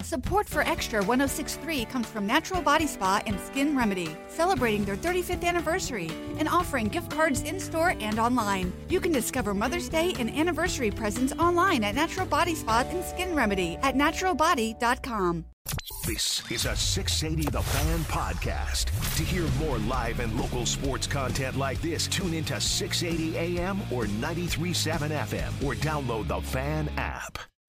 Support for Extra 1063 comes from Natural Body Spa and Skin Remedy, celebrating their 35th anniversary and offering gift cards in store and online. You can discover Mother's Day and anniversary presents online at Natural Body Spa and Skin Remedy at naturalbody.com. This is a 680 The Fan podcast. To hear more live and local sports content like this, tune into 680 AM or 93.7 FM or download the Fan app.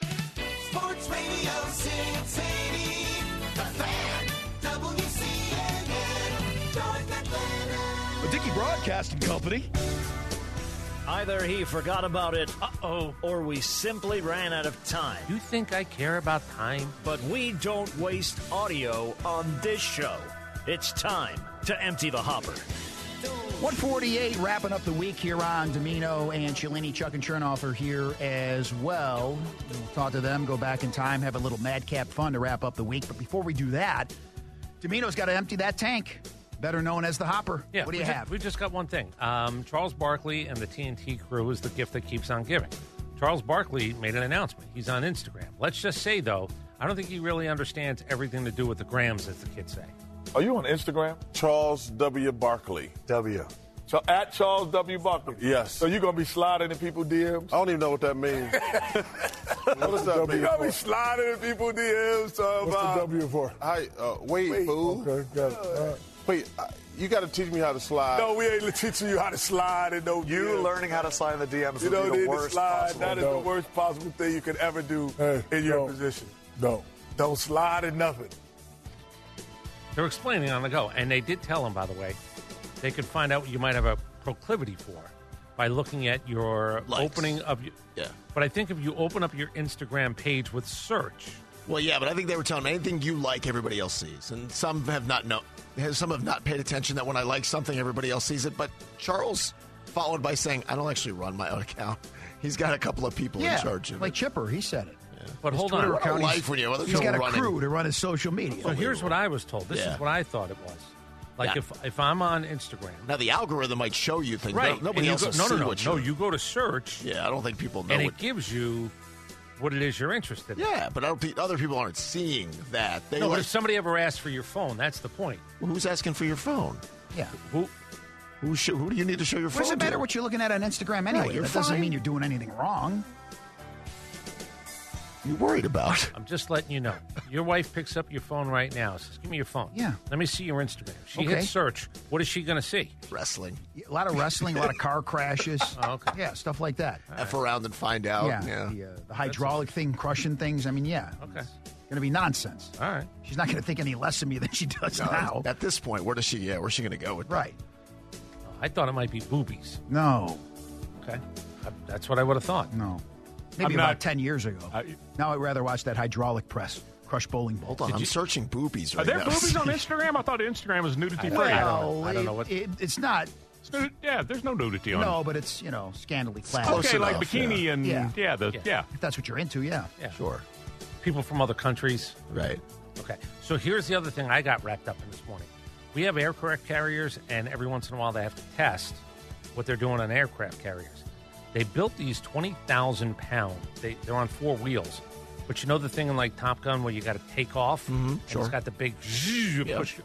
Sports Radio 680, The Fan, WCNN, North Atlanta. The Dickey Broadcasting Company. Either he forgot about it, uh oh, or we simply ran out of time. You think I care about time? But we don't waste audio on this show. It's time to empty the hopper. 148 wrapping up the week here on Domino and Cellini. Chuck and Chernoff are here as well. We'll talk to them, go back in time, have a little madcap fun to wrap up the week. But before we do that, Domino's got to empty that tank, better known as the hopper. what do we you ju- have? We just got one thing. Um, Charles Barkley and the TNT crew is the gift that keeps on giving. Charles Barkley made an announcement. He's on Instagram. Let's just say though, I don't think he really understands everything to do with the grams, as the kids say. Are you on Instagram? Charles W. Barkley. W. So at Charles W. Barkley. Yes. So you're gonna be sliding in people DMs? I don't even know what that means. what does that You're mean? gonna be sliding in people DMs uh, What's about the W for? Oh. I, uh, wait, Wait, fool. okay, got it. Wait, I, you got to teach me how to slide. No, we ain't teaching you how to slide in no You DMs. learning how to slide in the DMs You would be don't need the to worst slide. possible. That is the Don't. worst possible thing you could ever do Hey, in your don't. position. No. Don't slide in nothing. They're explaining on the go, and they did tell him, by the way, they could find out what you might have a proclivity for by looking at your Likes. opening of. Your, Yeah. But I think if you open up your Instagram page with search, Well, yeah, but I think they were telling me anything you like, everybody else sees, and some have not know, some have not paid attention that when I like something, everybody else sees it. But Charles followed by saying, "I don't actually run my own account." He's got a couple of people yeah, in charge of like it. Chipper, he said it. but hold Twitter on. What a account, life when you have other he's got a people running. crew to run his social media. So here's what I was told. This Yeah. is what I thought it was. Like Yeah. if if I'm on Instagram, Now the algorithm might show you things. right? No, nobody and else you will go, no, see no, no, what no. you- You go to search, Yeah, I don't think people know and what- it gives you what it is you're interested in. Yeah, but I don't think other people aren't seeing that. They No, but like, if somebody ever asks for your phone, that's the point. Well, who's asking for your phone? Yeah. Who? Who sh- who do you need to show your What phone? does it to? matter what you're looking at on Instagram anyway? Right, you're that doesn't fine. mean you're doing anything wrong. you're worried about? I'm just letting you know. Your wife picks up your phone right now. Says, "Give me your phone." Yeah. Let me see your Instagram. She Okay. hits search. What is she going to see? Wrestling. A lot of wrestling, a lot of car crashes. Oh, okay. Yeah, stuff like that. F around and find out. yeah, yeah. The, uh, the hydraulic thing, crushing things. I mean, yeah. Okay. It's going to be nonsense. All right. She's not going to think any less of me than she does now. At this point, where does she? Yeah, where's she going to go with that? right. I thought it might be boobies. No, Okay. I- That's what I would have thought. no. Maybe I'm about not- 10 years ago. I- now I'd rather watch that hydraulic press crush bowling ball. Hold on, I'm searching boobies right Are there now. boobies on Instagram? I thought Instagram was nudity free. I don't know. I don't know it- what- it- it's not. It's nudi- Yeah, there's no nudity on No, but it's, you know, scantily clad. it. close Okay, like enough, bikini yeah. and Yeah. yeah, the, yeah. If that's what you're into, yeah. Yeah. Sure. People from other countries. Right. Okay. So here's the other thing I got wrapped up in this morning. We have aircraft carriers, and every once in a while they have to test what they're doing on aircraft carriers. They built these 20,000 pound, they, they're on four wheels. But you know the thing in like Top Gun where you got to take off? Mm-hmm, sure. It's got the big zzz, Yeah. push.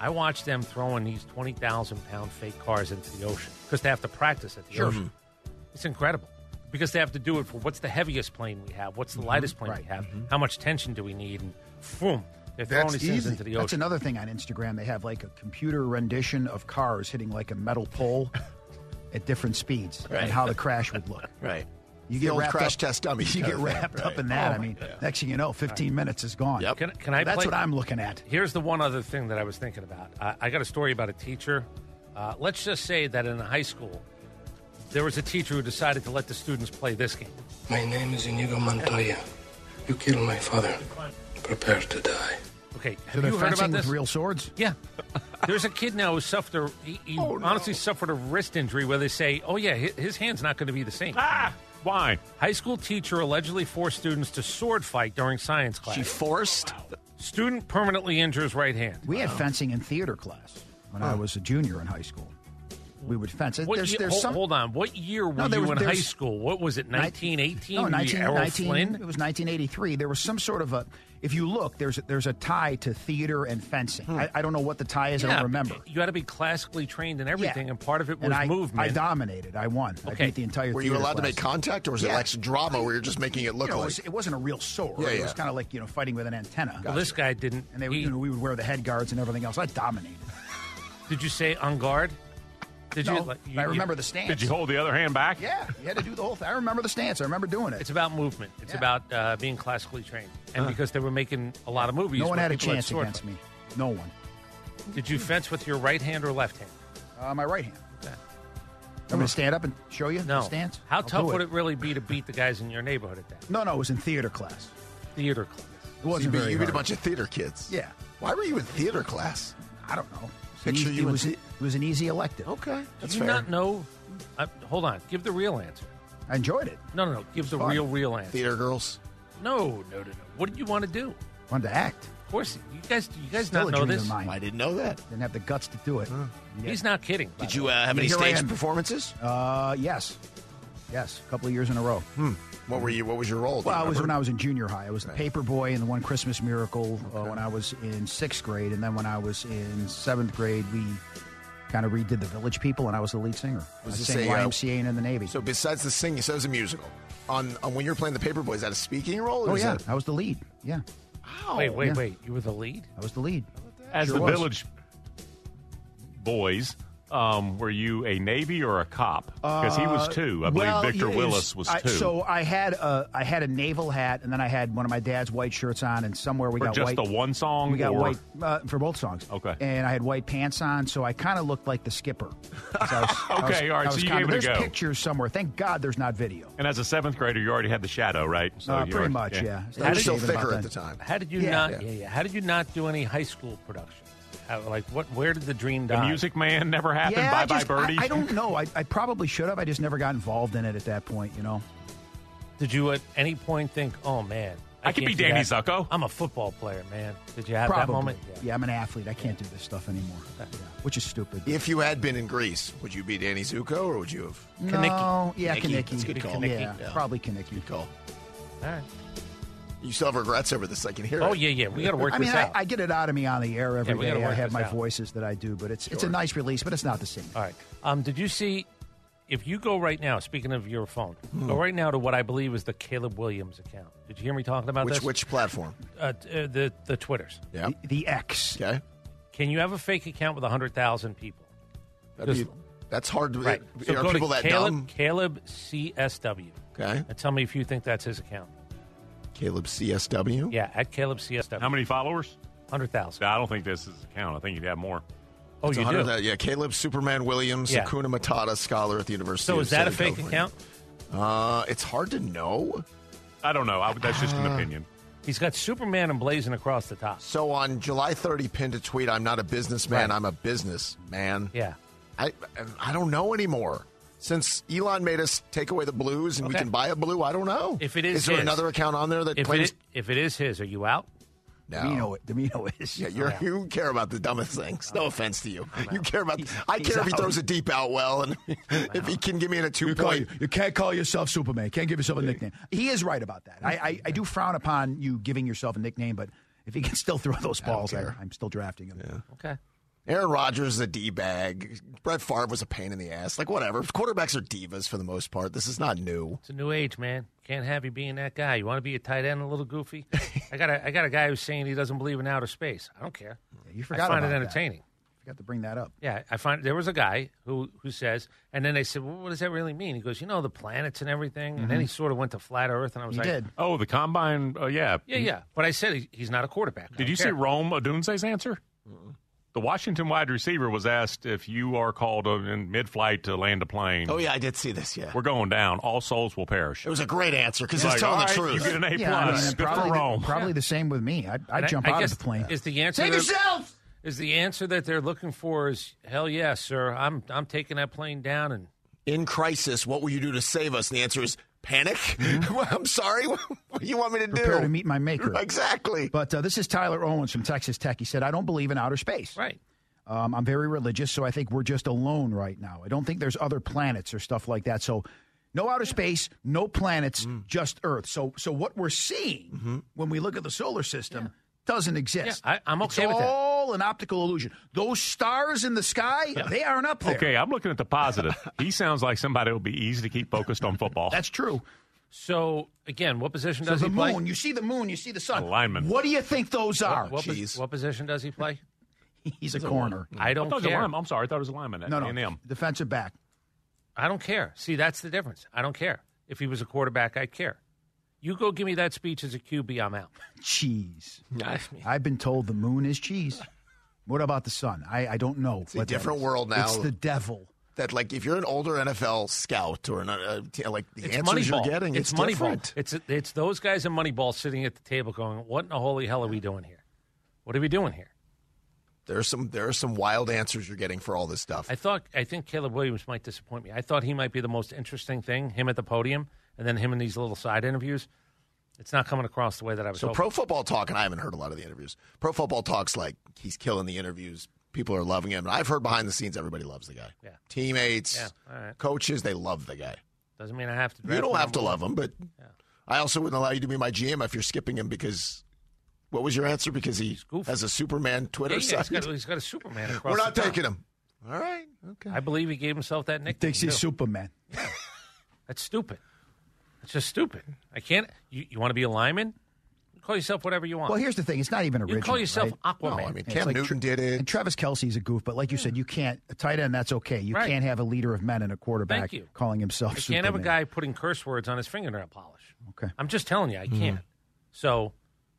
I watched them throwing these 20,000 pound fake cars into the ocean because they have to practice at the ocean. Mm-hmm. It's incredible because they have to do it for what's the heaviest plane we have, what's the Mm-hmm. lightest plane we have, how much tension do we need, and boom, they're throwing That's these things easy. into the That's ocean. another thing on Instagram. They have like a computer rendition of cars hitting like a metal pole at different speeds Right. and how the crash would look. Right. You The get old wrapped crash up, test dummy. You get wrapped up in that. Oh, I mean, yeah. next thing you know, 15 minutes is gone. Can, can I That's play- what I'm looking at. Here's the one other thing that I was thinking about. I, I got a story about a teacher. Uh, let's just say that in high school, there was a teacher who decided to let the students play this game. My name is Inigo Montoya. You killed my father. Prepare to die. Okay, have So they're you heard fencing about this? with real swords? Yeah. There's a kid now who suffered a, he, he Oh, honestly suffered a wrist injury where they say, oh, yeah, his, his hand's not going to be the same. Ah, why? High school teacher allegedly forced students to sword fight during science class. She forced? Student permanently injures right hand. We had fencing in theater class when I was a junior in high school. We would fence. What there's year- there's hold, some hold on. What year were No, there you was- in high there's- school? What was it, 1918? No, Were you 19, Errol 19 Flynn? It was 1983. There was some sort of a. If you look, there's there's a tie to theater and fencing. Hmm. I, I don't know what the tie is. I Yeah, don't remember. You had to be classically trained in everything, and part of it was and I, movement. I dominated. I won. I beat the entire. Were you theater allowed to class. make contact, or was it Yeah. like some drama where you're just making it look You know, like- it, was, it wasn't a real sword. Yeah, It yeah. was kind of like you know fighting with an antenna. Well, this guy didn't. And they, would you know, we would wear the head guards and everything else. I dominated. Did you say on guard? Did you, No, like, I remember the stance. Did you hold the other hand back? Yeah, you had to do the whole thing. I remember the stance. I remember doing it. It's about movement. It's about uh, being classically trained, and Huh. because they were making a lot of movies, No one where had a people chance sword against me. No one. fight. Did you fence with your right hand or left hand? Uh, my right hand. I'm going to stand up and show you No the stance. How I'll tough do would it really be to beat the guys in your neighborhood at that No, no, it was in theater class. theater class? It wasn't you beat, very you beat a hard. bunch of theater kids. Yeah. Why were you in theater class? I don't know. It was an Picture easy- you it, in was, the- it was an easy elective. Okay. Did you not know? Uh, hold on. Give the real answer. I enjoyed it. No, no, no. Give the fun. real, real answer. Theater girls. No, no, no, no. What did you want to do? Wanted to act. Of course, you guys, you guys Still not a know dream this. Of mine. I didn't know that. Didn't have the guts to do it. He's not kidding. by Did the you way. uh, have any Here I stage am. performances? Uh, yes, yes, a couple of years in a row. What were you? What was your role? Do you Well, I was remember? when I was in junior high. I was the paper boy in the One Christmas Miracle uh, when I was in sixth grade, and then when I was in seventh grade, we kind of redid the Village People, and I was the lead singer. Was I this sang a, uh, YMCA and in the Navy. So besides the singing, so it was a musical. On, on when you were playing the Paperboy, is that a speaking role? Or oh is yeah, that- I was the lead. Yeah, Wait, wait, Yeah. wait. You were the lead. I was the lead. As Sure the was. village boys, um, were you a Navy or a cop? Because he was Uh, two. I believe well, Victor yes. Willis was I- two. so I had a I had a naval hat, and then I had one of my dad's white shirts on, and somewhere we For got just white. the one song? we got or- white uh, for both songs. Okay. and I had white pants on, so I kind of looked like the skipper. 'Cause I was- I was- Okay, all right, I so was you kinda- gave it a there's go. pictures somewhere. Thank God, there's not video. And as a seventh grader, you already had the shadow, right? Uh, you pretty already- much, yeah. I was still thicker at the that. time. How did you Yeah. not? Yeah. Yeah. Yeah, How did you not do any high school production? How, like what? Where did the dream The die? Music Man never happened. Yeah, bye I, just, bye Birdie. I, I don't know. I, I probably should have. I just never got involved in it at that point. You know. Did you at any point think, "Oh man, I could can't be do Danny that. Zucco." I'm a football player, man." Did you have that Probably. moment? Yeah. I'm an athlete. I can't do this stuff anymore, Yeah, which is stupid. If you had been in Greece, would you be Danny Zuko or would you have? No, yeah, Kinnicky. Kaneki. That's a good call. Yeah, Yeah. probably Kaneki. Good call. All right. You still have regrets over this. I can hear. Oh it. yeah, yeah. We got to work I this mean, out. I, I get it out of me on the air every Yeah, we day. gotta I work have this my out. voices that I do, but it's it's a Sure. nice release, but it's not the same. All right. Um, did you see? If you go right now, speaking of your phone, Hmm. go right now to what I believe is the Caleb Williams account. Did you hear me talking about Which this? which platform? uh, t- uh, the the Twitters. Yeah. The, the X. Okay. Can you have a fake account with hundred thousand people? That'd be- Just- that's hard. To, Right. So Are go people to that Caleb dumb? Caleb CSW Okay. and tell me if you think that's his account. Caleb CSW. Yeah, at Caleb CSW. How many followers? Hundred thousand. I don't think this is a count. I think you'd have more. Oh, It's you 100 do. that- yeah, Caleb Superman Williams, Yeah. Hakuna Matata scholar at the University. so of is that a Southern fake California. account? Uh, it's hard to know. I don't know. I, that's just Uh. an opinion. He's got Superman and blazing across the top. So on July 30, pinned a tweet: "I'm not a businessman. Right. I'm a businessman." Yeah. I I don't know anymore. Since Elon made us take away the blues and we Okay. can buy a blue, I don't know. If it is is there his. another account on there that If it, claims? is, if it is his, are you out? no. Domino, Domino is. Yeah, you're, you care about the dumbest things. No offense to you. You care about. I he's care if he out. throws a deep out well, and if he can give me in a two point. you can't call yourself Superman. Can't give yourself a nickname. He is right about that. I, I, I do frown upon you giving yourself a nickname, but if he can still throw those balls, I care. I'm still drafting him. Okay. Aaron Rodgers is a d bag. Brett Favre was a pain in the ass. Like whatever. Quarterbacks are divas for the most part. This is not new. It's a new age, man. Can't have you being that guy. You want to be a tight end, a little goofy. I got a I got a guy who's saying he doesn't believe in outer space. I don't care. you forgot I find about it that. entertaining. Forgot to bring that up. Yeah, I find there was a guy who who says, and then they said, well, "What does that really mean?" He goes, "You know, the planets and everything." And then Mhm. he sort of went to flat Earth, and I was He like, did. Oh, the combine. Oh, yeah. "Yeah, yeah." But I said he- he's not a quarterback. I Did don't you see care. Rome Odunze's answer? The Washington wide receiver was asked if you are called uh, in mid-flight to land a plane. Oh, yeah, I did see this, yeah. We're going down. All souls will perish. It was a great answer because he's Like, telling all the right, truth. You get an A Yeah, I mean, plus. Good probably for the- Rome. probably the same with me. I'd, I'd And I- jump I out of guess the plane. Is the answer Save they're- yourself! Is the answer that they're looking for is hell yes, sir? I'm I'm taking that plane down and in crisis, what will you do to save us? And the answer is panic. I'm sorry. What do you want me to Prepare do? to meet my maker. Exactly. But uh, this is Tyler Owens from Texas Tech. He said, I don't believe in outer space. Right. Um, I'm very religious, so I think we're just alone right now. I don't think there's other planets or stuff like that. So no outer space, no planets, Mm. just Earth. So so what we're seeing when we look at the solar system doesn't exist. Mm-hmm. Yeah, I- I'm okay it's with that. all an optical illusion. Those stars in the sky, they aren't up there. Okay, I'm looking at the positive. he sounds like somebody who'll be easy to keep focused on football. That's true. So again, what position So does the he play? moon, you see the moon, you see the sun. Alignment. What do you think those are? What, pos- what position does he play? He's a corner. I don't I thought it was a care. lineman. I'm sorry, I thought it was a lineman. At No, no. A&M. Defensive back. I don't care. See, that's the difference. I don't care. If he was a quarterback, I'd care. You go give me that speech as a QB, I'm out. Cheese. I I've been told the moon is cheese. What about the sun? I, I don't know. It's a what that different is. world now. It's the devil. That like if you're an older NFL scout or an, uh, t- like the It's answers Moneyball. you're getting, it's, Moneyball. different. It's it's those guys in Moneyball sitting at the table going, "What in the holy hell are we doing here? What are we doing here?" There are some there are some wild answers you're getting for all this stuff. I thought I think Caleb Williams might disappoint me. I thought he might be the most interesting thing. Him at the podium, and then him in these little side interviews. It's not coming across the way that I was. So hoping. pro football talk, and I haven't heard a lot of the interviews. Pro football talks like he's killing the interviews. People are loving him, and I've heard behind the scenes everybody loves the guy. Yeah. Teammates, Yeah, all right. coaches, they love the guy. doesn't mean I have to. You draft don't him have to number love one. him, but I also wouldn't allow you to be my GM if you're skipping him because what was your answer? Because he has a Superman Twitter Yeah, yeah, he's side. got, he's got a Superman across. We're not the top. taking him. All right. Okay. I believe he gave himself that nickname. Thinks he's too. Superman. That's stupid. That's just stupid. I can't. You, you want to be a lineman? Call yourself whatever you want. Well, here's the thing. It's not even You original. call yourself right? Aquaman. I mean, It's Cam like Newton did it. And Travis Kelsey's a goof, but like you said, you can't a tight end. That's okay. You Right. can't have a leader of men and a quarterback Thank you. calling I himself. can't Superman. have a guy putting curse words on his fingernail polish. Okay. I'm just telling you, Mm-hmm. I can't. So,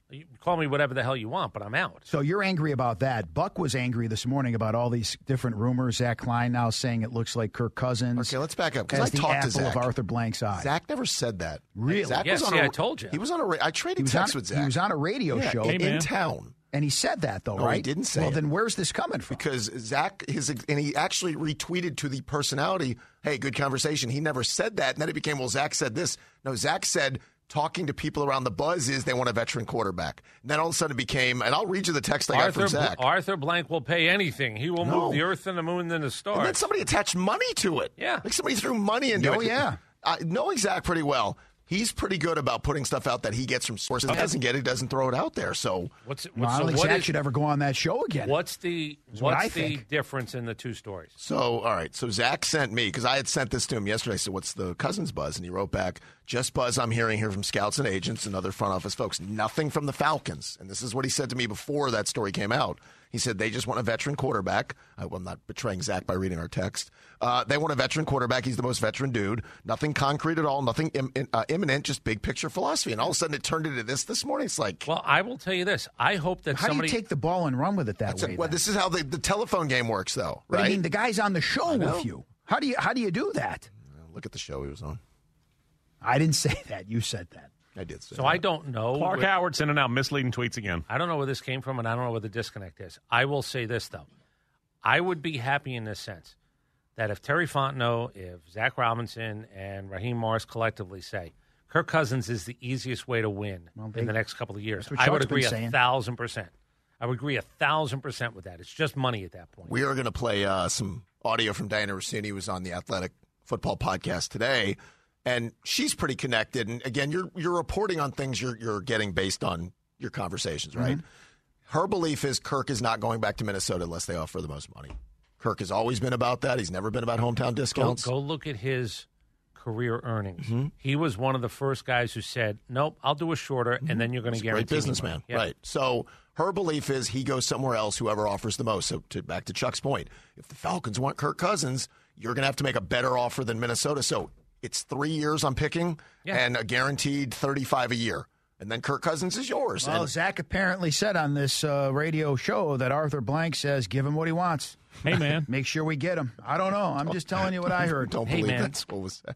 you can call me whatever the hell you want, but I'm out. So you're angry about that. Buck was angry this morning about all these different rumors. Zach Klein now saying it looks like Kirk Cousins. Okay, let's back up, 'cause as I the talked to apple Zach. of Arthur Blank's eye. Zach never said that. Really? Zach Yeah, was on see, a- I told you. He was on a. ra- I He traded was, on, texts with Zach. he was on a radio Yeah, show in, in in town. And he said that though, No, right? Oh, he didn't say Well, it. then where's this coming from? because Zach his and he actually retweeted to the personality, "Hey, good conversation." He never said that, and then it became, "Well, Zach said this." No, Zach said talking to people around the buzz is they want a veteran quarterback. And then all of a sudden it became, and I'll read you the text I got Arthur, from Zach. Arthur Blank will pay anything. He will No. move the earth and the moon and the stars. and then somebody attached money to it. Yeah. like somebody threw money into Oh, it. yeah. I, knowing Zach pretty well, he's pretty good about putting stuff out that he gets from sources. He doesn't get it, doesn't throw it out there. So what's, Well, what's, I so don't think what Zach is- should ever go on that show again. what's the what's what I the think. difference in the two stories? So, all right. So Zach sent me because I had sent this to him yesterday. I said, "What's the cousins buzz?" And he wrote back, "Just buzz I'm hearing here from scouts and agents and other front office folks. Nothing from the Falcons." And this is what he said to me before that story came out. He said they just want a veteran quarterback. I, well, I'm not betraying Zach by reading our text. Uh, they want a veteran quarterback. He's the most veteran dude. Nothing concrete at all. Nothing im- in- uh, imminent. Just big picture philosophy. And all of a sudden, it turned into this this morning. It's like Well, I will tell you this. I hope that How somebody do you take the ball and run with it that that's it. way? well, then? this is how the, the telephone game works, though, But right? I mean, the guy's on the show know. with you. How do you how do you do that? Look at the show he was on. I didn't say that. You said that. I did. Say So that. I don't know. Clark where- Howard sending out misleading tweets again. I don't know where this came from, and I don't know where the disconnect is. I will say this though, I would be happy in this sense that if Terry Fontenot, if Zach Robinson, and Raheem Morris collectively say Kirk Cousins is the easiest way to win they- in the next couple of years, that's what I would Shark's been agree a saying. thousand percent. I would agree a thousand percent with that. It's just money at that point. We are going to play uh, some audio from Diana Rossini, who was on the Athletic Football Podcast today, and she's pretty connected. And again, you're you're reporting on things you're you're getting based on your conversations, right? Her belief is Kirk is not going back to Minnesota unless they offer the most money. Kirk has always been about that. He's never been about hometown go, discounts. go look at his career earnings. Mm-hmm. He was one of the first guys who said, "Nope, I'll do a shorter, and then you're going to Mm-hmm. He's a great guarantee." me money." businessman, Yeah. right? So her belief is he goes somewhere else, whoever offers the most. So to, back to Chuck's point, if the Falcons want Kirk Cousins, you're going to have to make a better offer than Minnesota. So it's three years I'm picking Yeah. and a guaranteed 35 a year, and then Kirk Cousins is yours. Well, and Zach apparently said on this uh, radio show that Arthur Blank says, "Give him what he wants." Hey, man. make sure we get him. I don't know. I'm just telling you what I heard. Don't Hey, believe man. that's what was said.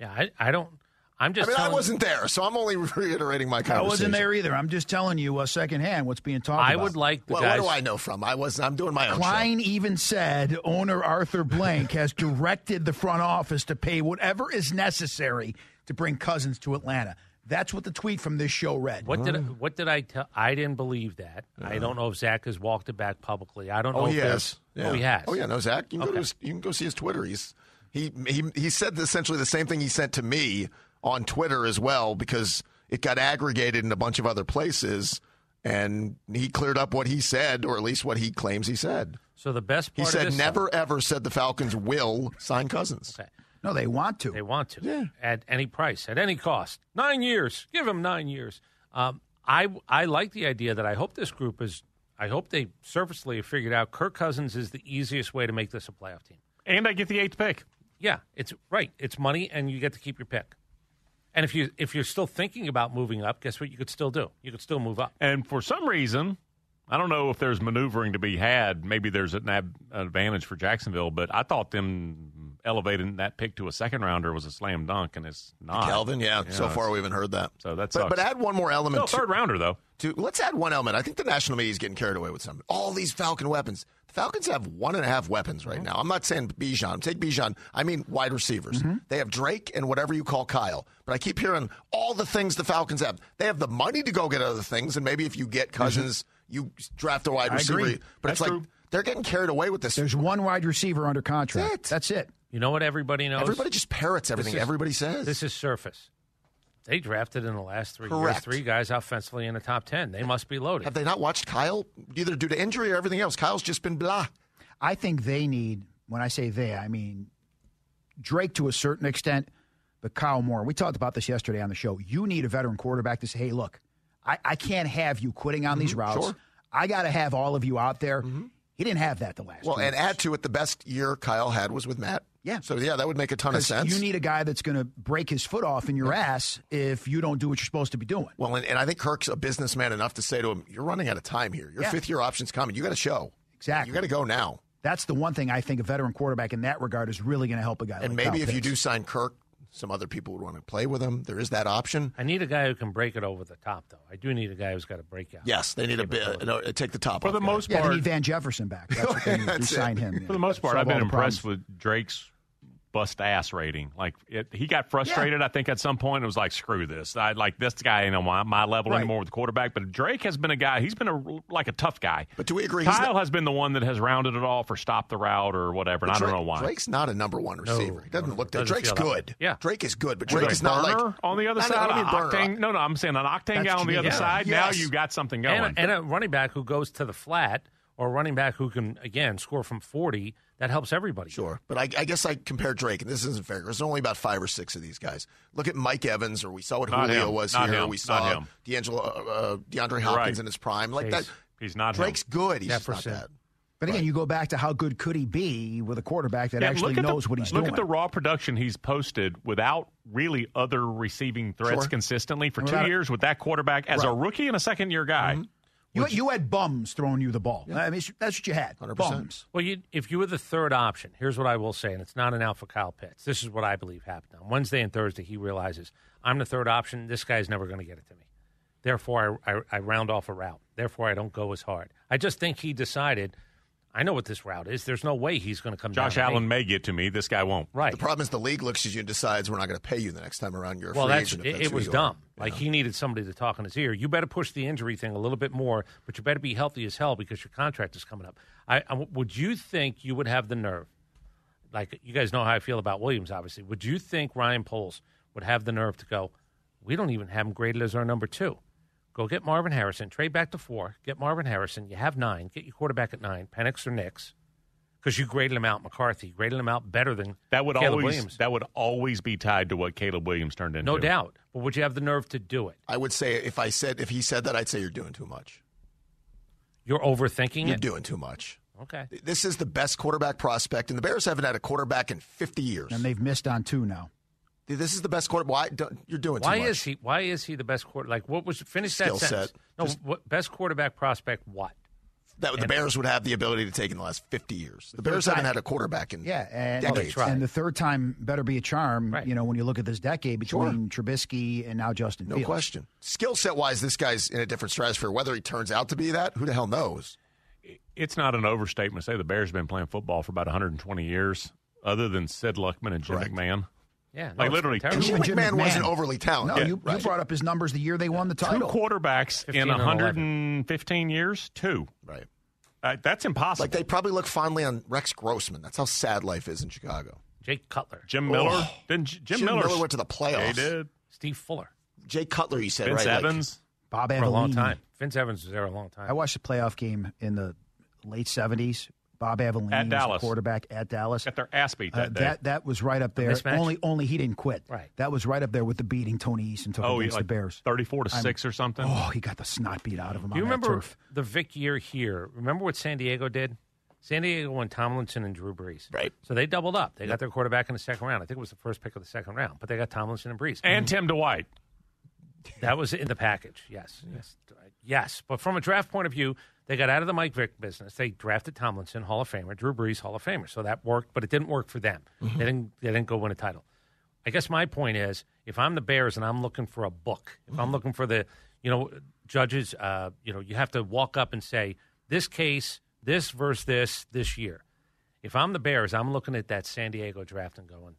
Yeah, I, I don't. I'm I just. mean, I telling- wasn't there, so I'm only reiterating my I conversation. wasn't there either. I'm just telling you uh, secondhand what's being talked about. well, What do I know from? I was. I'm doing my own. show. Klein even said owner Arthur Blank has directed the front office to pay whatever is necessary to bring Cousins to Atlanta. That's what the tweet from this show read. What did I, Mm. what did I tell? I didn't believe that. I don't know if Zach has walked it back publicly. I don't Uh-huh. Oh, know. he if has. there's- Oh, he has. Oh yeah, no, Zach. You can, go to Okay. his, you can go see his Twitter. He's he he he said essentially the same thing he sent to me on Twitter as well because it got aggregated in a bunch of other places, and he cleared up what he said, or at least what he claims he said. So the best He part of said this never ever said the Falcons will sign Cousins. No, they want to. They want to. At any price, at any cost. Nine years. Give him nine years. Um, I I like the idea that I hope this group is. I hope they surfacely have figured out Kirk Cousins is the easiest way to make this a playoff team. And I get the eighth pick. Yeah, it's right. It's money, and you get to keep your pick. And if you if you're still thinking about moving up, guess what? You could still do. You could still move up. And for some reason, I don't know if there's maneuvering to be had. Maybe there's an ab- an advantage for Jacksonville, but I thought them elevating that pick to a second rounder was a slam dunk, and it's not. Calvin, yeah. So far, we haven't heard that. So that's But, but add one more element. Still a third rounder, though. To, let's add one element. I think the national media is getting carried away with some. All these Falcon weapons. The Falcons have one and a half weapons Mm-hmm. right now. I'm not saying Bijan. Take Bijan. I mean wide receivers. Mm-hmm. They have Drake and whatever you call Kyle. But I keep hearing all the things the Falcons have. They have the money to go get other things, and maybe if you get Cousins, you draft a wide Mm-hmm. I receiver. agree. But That's it's like true. they're getting carried away with this. There's one wide receiver under contract. That's it. You know what everybody knows? Everybody just parrots everything This is- everybody says. This is surface. They drafted in the last three Correct. years three guys offensively in the top ten. They must be loaded. Have they not watched Kyle either due to injury or everything else? Kyle's just been blah. I think they need, when I say they, I mean Drake to a certain extent, but Kyle Moore. We talked about this yesterday on the show. You need a veteran quarterback to say, hey, look, I, I can't have you quitting on these routes. sure. I got to have all of you out there. He didn't have that the last Well, two and years. add to it the best year Kyle had was with Matt. Yeah. So yeah, that would make a ton of 'Cause sense. You need a guy that's going to break his foot off in your ass if you don't do what you're supposed to be doing. well, and, and I think Kirk's a businessman enough to say to him, "You're running out of time here. Your Yeah. fifth year option's coming. You got to show. Exactly. You got to go now. That's the one thing I think a veteran quarterback in that regard is really going to help a guy. And like maybe Kyle if you Pitts. do sign Kirk, some other people would want to play with him. There is that option. I need a guy who can break it over the top, though. I do need a guy who's got a breakout. Yes, they need a bit. No, uh, take the top For the most yeah, they part, need Van Jefferson back. That's what they need. You That's it. sign him. For the most part, Solve I've been all the problems. impressed with Drake's bust ass rating. Like it, he got frustrated. I think at some point it was like, screw this. I like this guy ain't on my, my level Right. anymore with the quarterback. But Drake has been a guy. He's been a like a tough guy. But do we agree? he's Kyle not- has been the one that has rounded it off or stopped the route or whatever. And I Drake- don't know why. Drake's not a number one receiver. he doesn't look. That. Doesn't Drake's feel that way. good. Yeah. Drake is good, but Drake With a is not burner like on the other No, no, side. Ah, I don't an mean burner. octane- no, no, I'm saying an octane That's guy on the Jimmy other Graham. side. Yes. Now you got something going. And a, and a running back who goes to the flat or a running back who can, again, score from 40, that helps everybody. Sure. But I, I guess I compare Drake, and this isn't fair. 'cause There's only about five or six of these guys. Look at Mike Evans, or we saw what Not Julio him. was Not here. him. We Not saw him. D'Angelo, uh, uh, DeAndre Hopkins Right. in his prime, like He's- that. he's not him. Drake's good. He's just not Jefferson. that. But again, you go back to how good could he be with a quarterback that Yeah, actually look at the- knows what he's look doing. at the raw production he's posted without really other receiving threats Sure. consistently for And two without- years with that quarterback as a Right. rookie and a second year guy. you, you had bums throwing you the ball. I mean, that's what you had. Bums. Well, you, if you were the third option, here's what I will say, and it's not an out for Kyle Pitts. This is what I believe happened on Wednesday and Thursday. He realizes I'm the third option. This guy's never going to get it to me. Therefore, I, I, I round off a route. Therefore, I don't go as hard. I just think he decided. I know what this route is. There's no way he's going to come. Josh down to me." Allen may get to me. This guy won't. Right. The problem is the league looks at you and decides we're not going to pay you the next time around. You're a Well, free that's, agent. it, if that's it who was you are. dumb. Like he needed somebody to talk in his ear. You better push the injury thing a little bit more, but you better be healthy as hell because your contract is coming up. I, I- would you think you would have the nerve? Like you guys know how I feel about Williams, obviously. Would you think Ryan Poles would have the nerve to go? We don't even have him graded as our number two. Go get Marvin Harrison. Trade back to four. Get Marvin Harrison. You have nine. Get your quarterback at nine. Penix or Nix. because you graded him out, McCarthy. You graded him out better than That would Caleb always Williams. that would always be tied to what Caleb Williams turned into. No doubt. But would you have the nerve to do it? I would say if I said if he said that, I'd say you're doing too much. You're overthinking You're it. doing too much. Okay. This is the best quarterback prospect, and the Bears haven't had a quarterback in 50 years. And they've missed on two now. This is the best quarterback. Why don't, you're doing Why too much? is he? Why is he the best quarter? Like, what was finish that Skill sentence? set. No, Just- what, best quarterback prospect? What? that the And- Bears would have the ability to take in the last 50 years? The They're Bears haven't trying- had a quarterback in Yeah, and, decades. and the third time better be a charm. You know, when you look at this decade between Trubisky and now Justin No Fields. question. Skill set wise, this guy's in a different stratosphere. Whether he turns out to be that, who the hell knows? It's not an overstatement to say the Bears have been playing football for about 120 years, other than Sid Luckman and Jim McMahon. Yeah, Like literally, And two- even Jim McMahon wasn't McMahon. overly talented. No, Yeah, you, right. you brought up his numbers the year they won the two title. quarterbacks 15 in and 115 years. Two. Right. Uh, that's impossible. Like they probably look fondly on Rex Grossman. That's how sad life is in Chicago. Jake Cutler, Jim Miller. Oh. Then J- Jim, Jim Miller Miller went to the playoffs. He did. Steve Fuller Jay Cutler, you said Vince right? Like, Evans. Bob for a long Avellini. time. Vince Evans was there a long time. I watched the playoff game in the late seventies. Bob Avellini At was Dallas. the quarterback at Dallas. Got their ass beat that Uh, day. that that was right up there. mismatch? Only only he didn't quit. Right. That was right up there with the beating Tony Easton took oh, he, against like the Bears. 34 to I'm- 6 or something. Oh, he got the snot beat out of him Do you on that remember turf. the Vic year here? Remember what San Diego did? San Diego and Tomlinson and Drew Brees. Right. So they doubled up. They got their quarterback in the second round. I think it was the first pick of the second round, but they got Tomlinson and Brees. And Tim Dwight. That was in the package. Yes, yes, yes. But from a draft point of view, they got out of the Mike Vick business. They drafted Tomlinson, Hall of Famer, Drew Brees, Hall of Famer. So that worked, but it didn't work for them. They didn't. They didn't go win a title. I guess my point is, if I'm the Bears and I'm looking for a book, if I'm looking for the, you know, judges, uh, you know, you have to walk up and say this case, this versus this, this year. If I'm the Bears, I'm looking at that San Diego draft and going,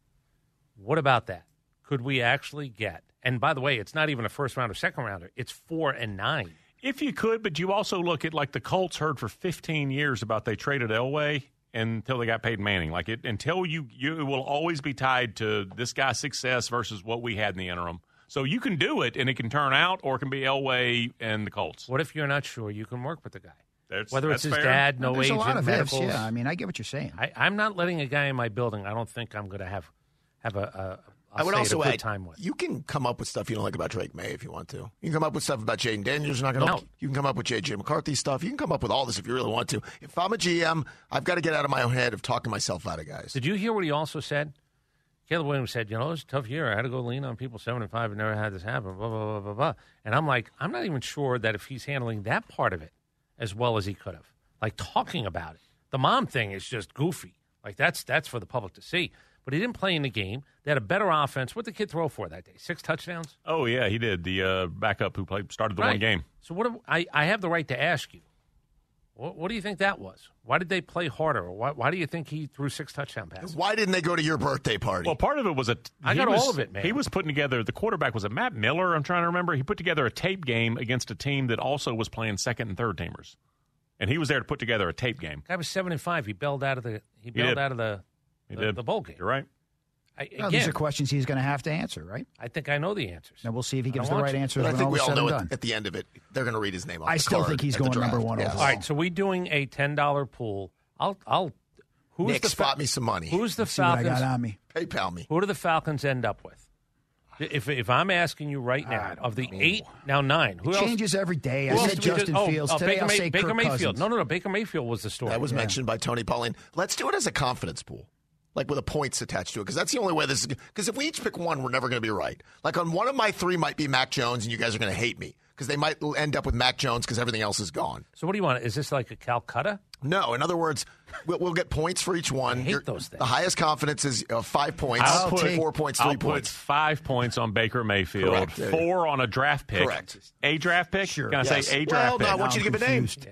what about that? Could we actually get? And by the way, it's not even a first round or second rounder. It's four and nine. If you could, but you also look at like the Colts heard for 15 years about they traded Elway until they got paid Manning. Like it until you you it will always be tied to this guy's success versus what we had in the interim. So you can do it and it can turn out or it can be Elway and the Colts. What if you're not sure you can work with the guy? That's- Whether it's his that's fair. dad, no There's agent, a lot of ifs. medicals. Yeah, I mean, I get what you're saying. I, I'm not letting a guy in my building. I don't think I'm going to have have a. a I would also a good add, time with. you can come up with stuff you don't like about Drake May if you want to. You can come up with stuff about Jaden Daniels you're not going to No. like. You can come up with J.J. McCarthy stuff. You can come up with all this if you really want to. If I'm a GM, I've got to get out of my own head of talking myself out of guys. Did you hear what he also said? Caleb Williams said, "You know, it was a tough year. I had to go lean on people seven and five, and never had this happen." Blah blah blah blah blah. And I'm like, I'm not even sure that if he's handling that part of it as well as he could have, like talking about it. The mom thing is just goofy. Like that's that's for the public to see. But he didn't play in the game. They had a better offense. What would the kid throw for that day? Six touchdowns. Oh yeah, he did. The uh, backup who played started the one Right. game. So what? Am, I I have the right to ask you. What, what do you think that was? Why did they play harder? Or why, why do you think he threw six touchdown passes? Why didn't they go to your birthday party? Well, part of it was a. I he got was- all of it, man. He was putting together the quarterback was a Matt Miller. I'm trying to remember. He put together a tape game against a team that also was playing second and third teamers, and he was there to put together a tape game. Guy was seven and five. He bailed out of the he bailed did. out of the He the, did. the bowl game. You're right. I, Well, these again, are questions he's going to have to answer, right? I think I know the answers. And we'll see if he I don't gives the want right you. answers but I when think all we is all said know and at, done. at the end of it, they're going to read his name off I the still card think he's at the going number draft. one Yes. overall. All right, so we doing a ten dollar pool. I'll I'll who's Nick, the spot me some money. Who's the See what I got Falcons? on me. PayPal me. Who do the Falcons end up with? If if I'm asking you right now, of the eight now nine, who It else? changes every day. who I else said did we Justin just- oh, Fields. uh, Today Baker, I'll May- say Baker Kirk Mayfield. Cousins. No, no, no. Baker Mayfield was the story. That was Yeah. mentioned by Tony Pauline. Let's do it as a confidence pool, like with a points attached to it, because that's the only way this. is Because if we each pick one, we're never going to be right. Like on one of my three might be Mac Jones, and you guys are going to hate me because they might l- end up with Mac Jones because everything else is gone. so what do you want? Is this like a Calcutta? No, in other words, we'll, we'll get points for each one. hate You're- those things. The highest confidence is uh, five points, I'll put- four points, 3 I'll put points. five points on Baker Mayfield, Correct. There you four on a draft pick. Correct. A draft pick? Sure. Can I Yes. say a Well, draft no, pick? Oh, I want you to give a name. Confused.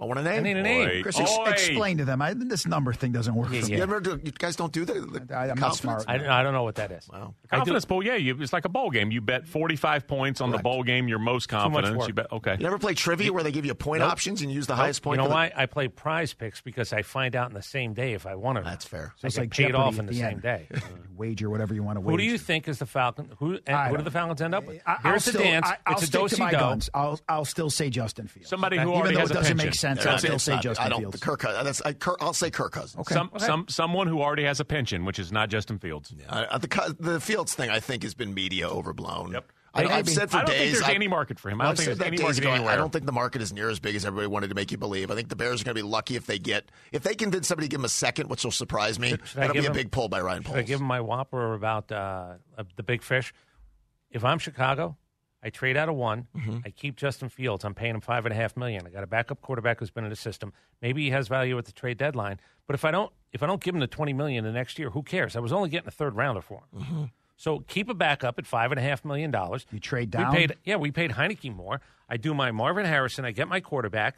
I want a name. I need a Boy. name. Chris, ex- Oi. explain to them. I, this number thing doesn't work. Yeah, for me. yeah. You, ever do, you guys don't do that. the I- I'm not smart. confidence? I, I don't know what that is. Wow. I do- Confidence pool, yeah. You, it's like a bowl game. You bet 45 points on the bowl game. You're most confident. work. You bet, okay. You never play trivia where they give you point Nope. options and you use the Nope. highest point. You know for the- why? I play prize picks because I find out in the same day if I won or not. That's fair. I It's get like paid Jeopardy off at in the, the same end. day. Wager whatever you want to wager. who do you think is the Falcon? Who and I who do don't- the Falcons end up with? I- I'll Here's the still- dance. I, I'll it's a stick to do-si-do. my guns. I'll I'll still say Justin Fields. Somebody who Even already though has it a doesn't pension. make sense. They're I'll not- still it's say not- Justin I don't, Fields. Kirk, Cous- that's, I, Kirk, I'll say Kirk Cousins. Some, some, someone who already has a pension, which is not Justin Fields. I, I- the, Cous- the Fields thing, I think, has been media overblown. Yep. I, They- have said for I don't days. think there's any market for him. I Well, don't I've think said there's that any days market ago. I- I anywhere. don't think the market is near as big as everybody wanted to make you believe. I think the Bears are going to be lucky if they get if they can convince somebody to give them a second, which will surprise me. Should I That'll give be a him- big pull by Ryan Should I Poles. give him my whopper about uh, of the big fish? If I'm Chicago, I trade out of one. Mm-hmm. I keep Justin Fields. I'm paying him five and a half million. I got a backup quarterback who's been in the system. Maybe he has value at the trade deadline. But if I don't, if I don't give him the twenty million the next year, who cares? I was only getting a third rounder for him. Mm-hmm. So keep a backup at five and a half million dollars. You trade down? We paid, yeah, we paid Heineke more. I do my Marvin Harrison. I get my quarterback.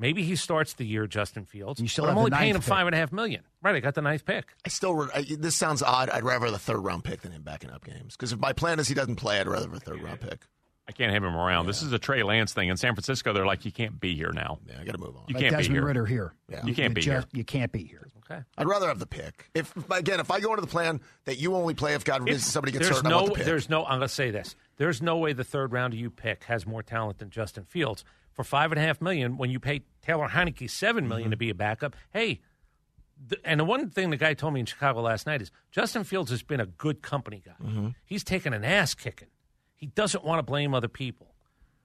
Maybe he starts the year Justin Fields. You still but have I'm the only paying ninth him pick. five and a half million. Right, I got the ninth pick. I still. re- I, this sounds odd. I'd rather the third round pick than him backing up games because if my plan is he doesn't play, I'd rather have a third round pick. I can't have him around. This is a Trey Lance thing. In San Francisco, they're like, you can't be here now. Yeah, I got to move on. You Like can't Desmond be here. Ritter here. Yeah. You can't be ju- here. You can't be here. Okay. I'd rather have the pick. If again, if I go into the plan that you only play if God forbid If- somebody gets there's hurt, I no, want the pick. there's no. I'm gonna say this. There's no way the third round you pick has more talent than Justin Fields for five and a half million. When you pay Taylor Heineke seven million to Mm-hmm. be a backup, hey. The, and the one thing the guy told me in Chicago last night is Justin Fields has been a good company guy. Mm-hmm. He's taken an ass kicking. He doesn't want to blame other people.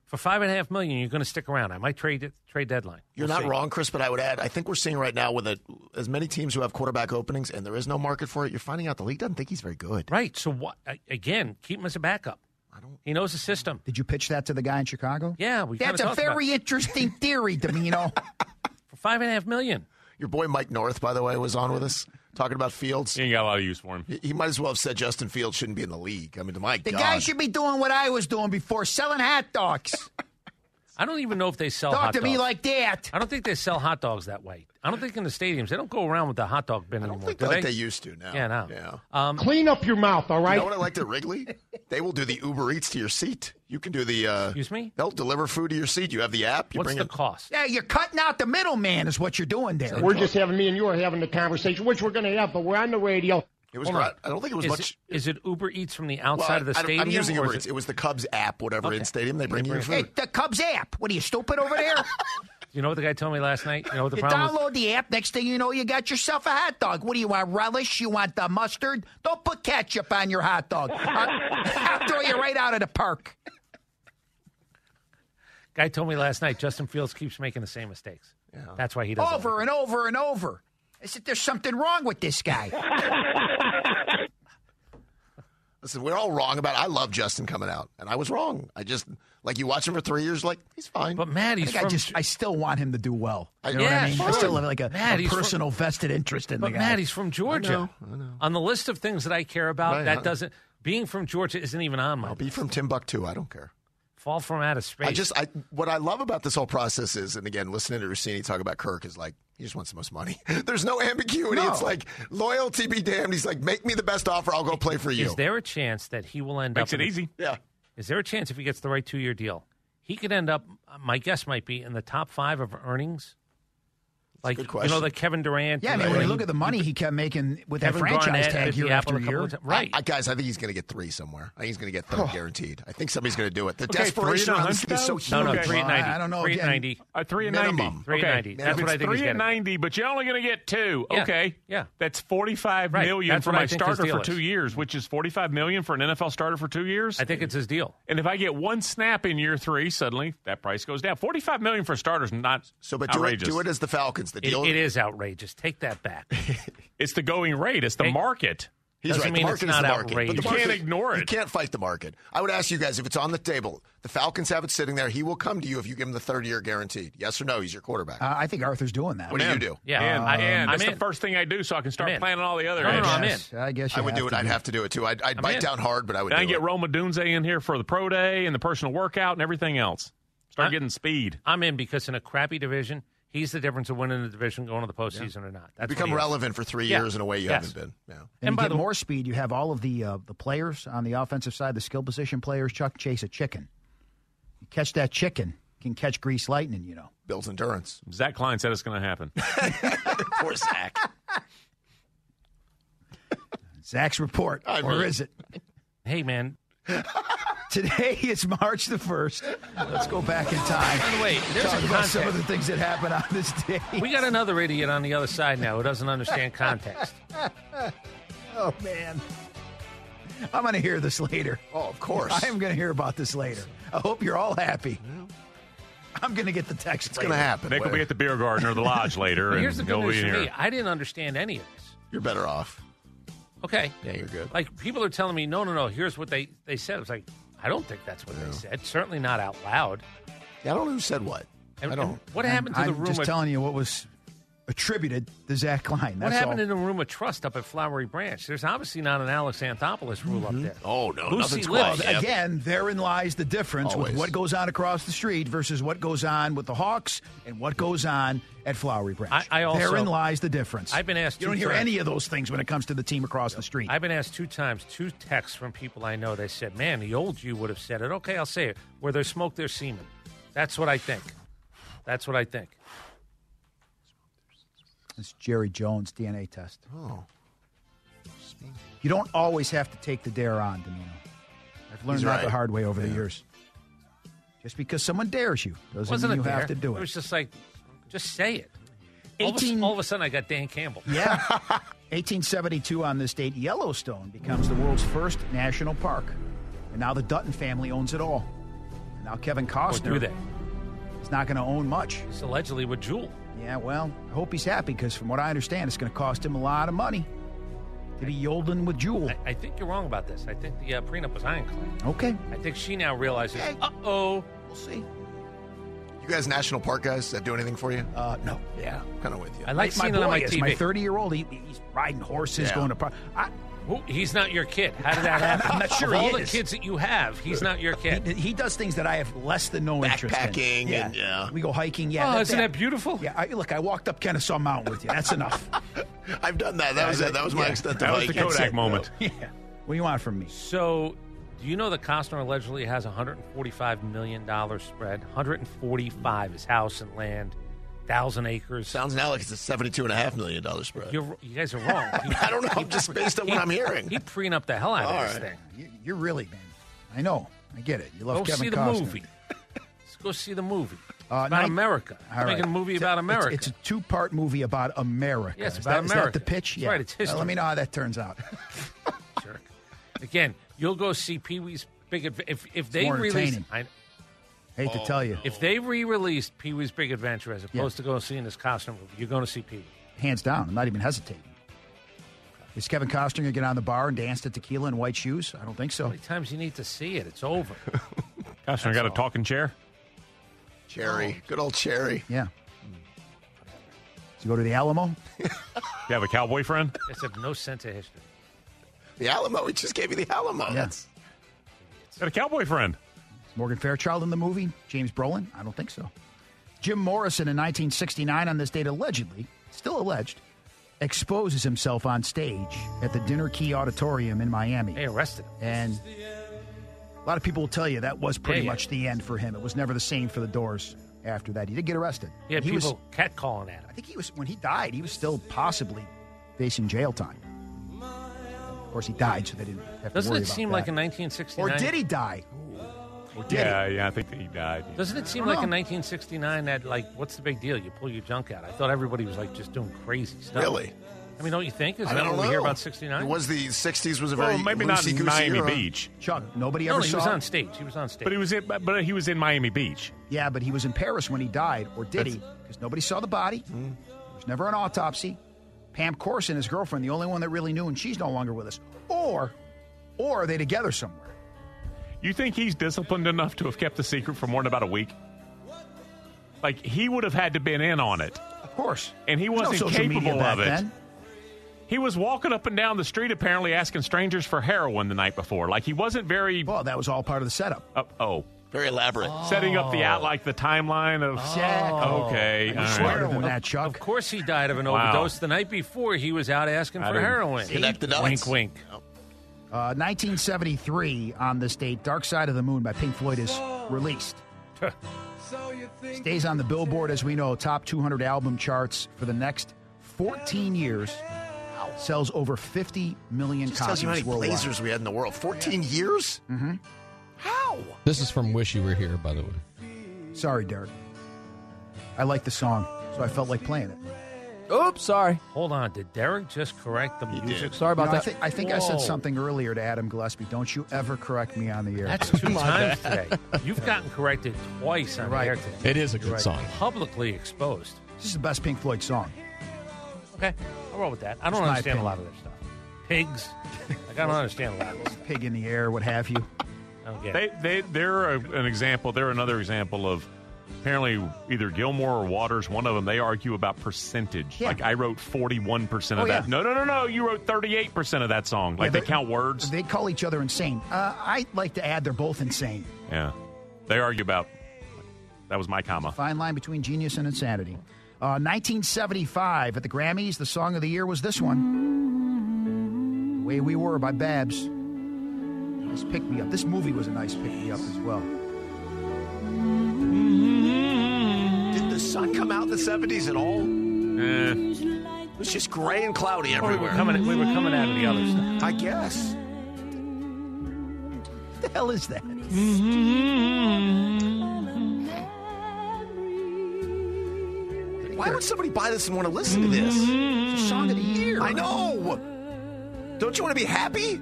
For five and a half million, you're going to stick around. I might trade it, trade deadline. You're We'll not see. wrong, Chris, but I would add, I think we're seeing right now with a, as many teams who have quarterback openings and there is no market for it, you're finding out the league doesn't think he's very good. Right. So what? a- Again, keep him as a backup. I don't. He knows the system. Did you pitch that to the guy in Chicago? Yeah, we That's kinda a talked about very interesting theory, Domino. for five and a half million. Your boy Mike North, by the way, was on with us talking about Fields. He ain't got a lot of use for him. He, might as well have said Justin Fields shouldn't be in the league. I mean, my the God. guy should be doing what I was doing before, selling hot dogs. I don't even know if they sell. Talk hot to me dogs. like that. I don't think they sell hot dogs that way. I don't think in the stadiums they don't go around with the hot dog bin anymore. think do like they used to now. Yeah, no. Yeah. Um, Clean up your mouth, all You know what I liked at Wrigley? They will do the Uber Eats to your seat. You can do the. Uh, Excuse me? They'll deliver food to your seat. You have the app. You What's bring the it. cost? Yeah, you're cutting out the middleman, is what you're doing there. We're just having me and you are having the conversation, which we're going to have, but we're on the radio. It was. Hold on. gra- I don't think it was is much. It, is it Uber Eats from the Well, outside of the I don't- stadium? I'm using or Uber is Eats. It was the Cubs app, whatever in stadium. They bring you your bring food. it. Hey, the Cubs app. What are you stupid over there? You know what the guy told me last night? You know what the you problem? was? download the app. Next thing you know, you got yourself a hot dog. What do you want? Relish? You want the mustard? Don't put ketchup on your hot dog. I'll, I'll throw you right out of the park. Guy told me last night Justin Fields keeps making the same mistakes. That's why he doesn't. Over and over and over. I said, there's something wrong with this guy. Listen, we're all wrong about. I love Justin coming out, and I was wrong. I just like you watch him for three years, like he's fine. But Matt, I, think I just I still want him to do well. I- You know what Yeah, I mean? I sure. still have like a, Matt, a he's from- personal vested interest in But the guy. Matt, he's from Georgia. On the list of things that I care about, Right, that I- doesn't being from Georgia isn't even on my. I'll be from Timbuktu. I don't care. Fall from out of space. I just I what I love about this whole process is, and again, listening to Rossini talk about Kirk is like he just wants the most money. There's no ambiguity. No. It's like loyalty be damned. He's like, make me the best offer. I'll go play for you. Is there a chance that he will end Makes up? it in- easy. Yeah. Is there a chance if he gets the right two-year deal, he could end up? My guess might be in the top five of earnings. Like good you know, question. like Kevin Durant. yeah, I mean, when you look at the money he kept making with that Kevin franchise Garnett, tag Vicki year after Apple, a couple year, of times. Right. I, guys, I think he's going to get three somewhere. I think he's going to get three guaranteed. I think somebody's going to do it. The Okay, desperation three and a on this thing is so huge. no, no, Okay. three and Well, I- ninety. I don't know, Three and again, ninety. Uh, three and Minimum. ninety. Three and Okay. ninety. If That's what it's I think he's Three and getting. ninety, but you're only going to get two. Yeah. Okay. Yeah. That's forty-five Right. million That's for what I my think his starter deal for is. two years, which is forty-five million for an NFL starter for two years. I think it's his deal. And if I get one snap in year three, suddenly that price goes down. Forty-five million for starters, not So, but do it, outrageous. do it as the Falcons. The It, deal. it is outrageous. Take that back. It's the going rate. It's the Hey. market. He's Doesn't right. mean the it's market is not the market. But the outrageous. You can't market- ignore You it. can't fight the market. I would ask you guys if it's on the table. The Falcons have it sitting there. He will come to you if you give him the third year guaranteed. Yes or no? He's your quarterback. uh, I think Arthur's doing that. what do you do? Yeah, And, I, and I'm that's in. the first thing I do, so I can I'm start in. planning all the other. No, no, no, issues. I'm in. Yes, I guess I you would have do it. to I'd have to do it too. I'd, I'd bite in. down hard, but I would. Then I do get it. Roma Dunze in here for the pro day and the personal workout and everything else. Start I- getting speed. I'm in because in a crappy division, he's the difference of winning the division, going to the postseason or not. That's become what he is. relevant for three Yeah. years in a way you Yes. haven't been. Yeah. And, And you by get the- more speed. You have all of the uh, the players on the offensive side, the skill position players. Chuck chase a chicken. You catch that chicken, you can catch grease lightning. You know. Builds endurance. Zach Klein said it's going to happen. Poor Zach. Zach's report, I or mean- is it? Hey man, Today is March the 1st. Let's go back in time. By the way, there's talk a about some of context. the things that happened on this day. We got another idiot on the other side now who doesn't understand context. Oh, man. I'm going to hear this later. Oh, of course. I am going to hear about this later. I hope you're all happy. I'm going to get the text. It's gonna happen. Nick will be at the beer garden or the lodge later, But and here's the good he'll news be for here. me. I didn't understand any of this. You're better off. Okay. Yeah, you're good. Like people are telling me, no, no, no. Here's what they they said. I was like, I don't think that's what they said. Certainly not out loud. Yeah, I don't know who said what. I don't. what I'm- happened to the I'm room? just of, telling you what was attributed to Zach Klein. what That's happened all. in the room of trust up at Flowery Branch? There's obviously not an Alex Anthopoulos rule up there. Oh no, Lucy nothing's Lips. quiet. Well, Yep. Again, therein lies the difference Always. with what goes on across the street versus what goes on with the Hawks and what goes on at Flowery Branch. I- I also- therein lies the difference. I've been asked You two don't hear times- any of those things when it comes to the team across the street. I've been asked two times, two texts from people I know. They said, "Man, the old you would have said it." Okay, I'll say it. Where there's smoke, there's semen. That's what I think. That's what I think. It's Jerry Jones DNA test. Oh. You don't always have to take the dare on, Domino. I've learned He's that right. the hard way over the years. Just because someone dares you doesn't Wasn't mean it you there? have to do It it. was just like, just say it. All of a- 18 all of a sudden, I got Dan Campbell. Yeah. 1872 on this date, Yellowstone becomes the world's first national park. And now the Dutton family owns it all. And now Kevin do Costner they? is not going to own much. It's allegedly with Jewel. Yeah, well, I hope he's happy because from what I understand, it's going to cost him a lot of money to be yodeling with Jewel. I, I think you're wrong about this. I think the uh, prenup was ironclad. Okay. I think she now realizes, uh oh. We'll see. You guys, National Park guys, that do anything for you? Uh, no. Yeah, kind of with you. I like my seeing it on boy my is, TV. My 30 year old, he, he's riding horses, Yeah. going to park. I, Who- He's not your kid. How did that happen? I'm not sure Of he all is. the kids that you have, he's not your kid. he, he does things that I have less than no interest in. Backpacking and, yeah. We go hiking. Yeah. oh, isn't that beautiful? Yeah, I, look, I walked up Kennesaw Mountain with you. That's enough. I've done that. That was it. That was my Yeah. extent of That was the hiking. Kodak moment. yeah. What do you want from me? So, do you know that Costner allegedly has 145 million dollar spread? 145 his house and land, thousand acres. Sounds now like it's a seventy-two and a half million dollar spread. You're, you guys are wrong. I don't know. I'm just based on what I'm hearing. He prenup the hell out All of this right. thing. You, you're really, man. I know. I get it. You love Go Kevin see the Costner. movie. Let's go see the movie. It's Uh, about nine- America. All They're right. Making a movie It's about America. It's, it's a two-part movie about America. Yes, is about that, is America. that the pitch? That's right, it's Well, history. let me know how that turns out. jerk. Again, you'll go see Pee Wee's Big Adventure. If, if they more release, entertaining. I, Hate Oh, to tell you, if they re-released Pee Wee's Big Adventure as opposed to going seeing this costume movie, you're going to see Pee Wee. hands down. I'm not even hesitating. Is Kevin Costner going to get on the bar and dance to tequila in white shoes? I don't think How so. many times you need to see it? It's over. Gosh, I got a talking chair. Cherry, good old Cherry. Yeah. Hmm. Does he go to the Alamo? You have a cowboy friend? it's of no sense of history. The Alamo. We just gave you the Alamo. That's Got a cowboy friend. Is Morgan Fairchild in the movie? James Brolin? I don't think so. Jim Morrison in 1969, on this date, allegedly, still alleged, exposes himself on stage at the Dinner Key Auditorium in Miami. They arrested him. And a lot of people will tell you that was pretty Yeah, yeah. much the end for him. It was never the same for the Doors after that. He did get arrested. He had he was, people catcalling at him. I think he was when he died. He was still possibly facing jail time. Of course, he died, so they didn't have to Doesn't worry it about seem that. like in 1969? Or did he die? Or did Yeah, yeah. I think he died. yeah. Doesn't it seem don't like know. in 1969 that like what's the big deal? You pull your junk out. I thought everybody was like just doing crazy stuff. really. I mean, don't you think? Is I that don't know. what we hear about 69? It was the '60s was a very Well, maybe not in loosey-goosey Miami era. Beach, he? Chuck, nobody no, ever no, he saw was him? on stage. He was on stage. but he was in, but- but he was in Miami Beach. Yeah, but he was in Paris when he died, or did he? Because nobody saw the body. Hmm. There was never an autopsy. Pam Corson, his girlfriend, the only one that really knew, and she's no longer with us. Or, or are they together somewhere? You think he's disciplined enough to have kept the secret for more than about a week? Like he would have had to been in on it. Of course. And he There was wasn't no social media capable back of it. Then. He was walking up and down the street apparently asking strangers for heroin the night before. Like he wasn't very Well, that was all part of the setup. uh, oh Very elaborate. setting up Oh. the out like the timeline of Exactly. Oh. okay. I'm all right. smarter than that, Chuck. Of course, he died of an Wow. overdose. The night before, he was out asking I for didn't heroin. Connect the dots. Wink, wink. Uh, 1973 on this date, Dark Side of the Moon by Pink Floyd is released. Stays on the Billboard, as we know, top 200 album charts for the next 14 years. Sells over 50 million Just tells copies you how many worldwide. blazers we had in the world. 14 years? Mm-hmm. How? No. This is from Wish You Were Here, by the way. Sorry, Derek. I like the song, so I felt like playing it. Oops, sorry. Hold on. Did Derek just correct the music? Sorry about that. I think, I, think I Whoa. said something earlier to Adam Gillespie. Don't you ever correct me on the air. That's two times today. You've gotten corrected twice on Right. the air today. It is a good Right. song. Publicly exposed. This is the best Pink Floyd song. Okay, I'll roll with that. I It's don't my understand a lot of opinion. this stuff. Pigs. Like, I don't understand a lot of this stuff. Pig in the air, what have you. They, they, they're a, an example. They're another example of apparently either Gilmore or Waters. One of them, they argue about percentage. Like I wrote forty-one percent of Oh, that. yeah. No, no, no, no. You wrote thirty-eight percent of that song. Like Yeah, they, they- count words. They call each other insane. Uh, I like to add they're both insane. yeah, they argue about that was my comma. Fine line between genius and insanity. Uh, 1975 at the Grammys, the song of the year was this one. The Way We Were by Babs. Nice pick me up. This movie was a nice pick me up as well. Did the sun come out in the 70s at all? It was just gray and cloudy Or we everywhere. were coming. We were coming out of the other stuff. I guess. What the hell is that? Why would somebody buy this and want to listen to this? It's a song of the year. I know. Don't you want to be happy?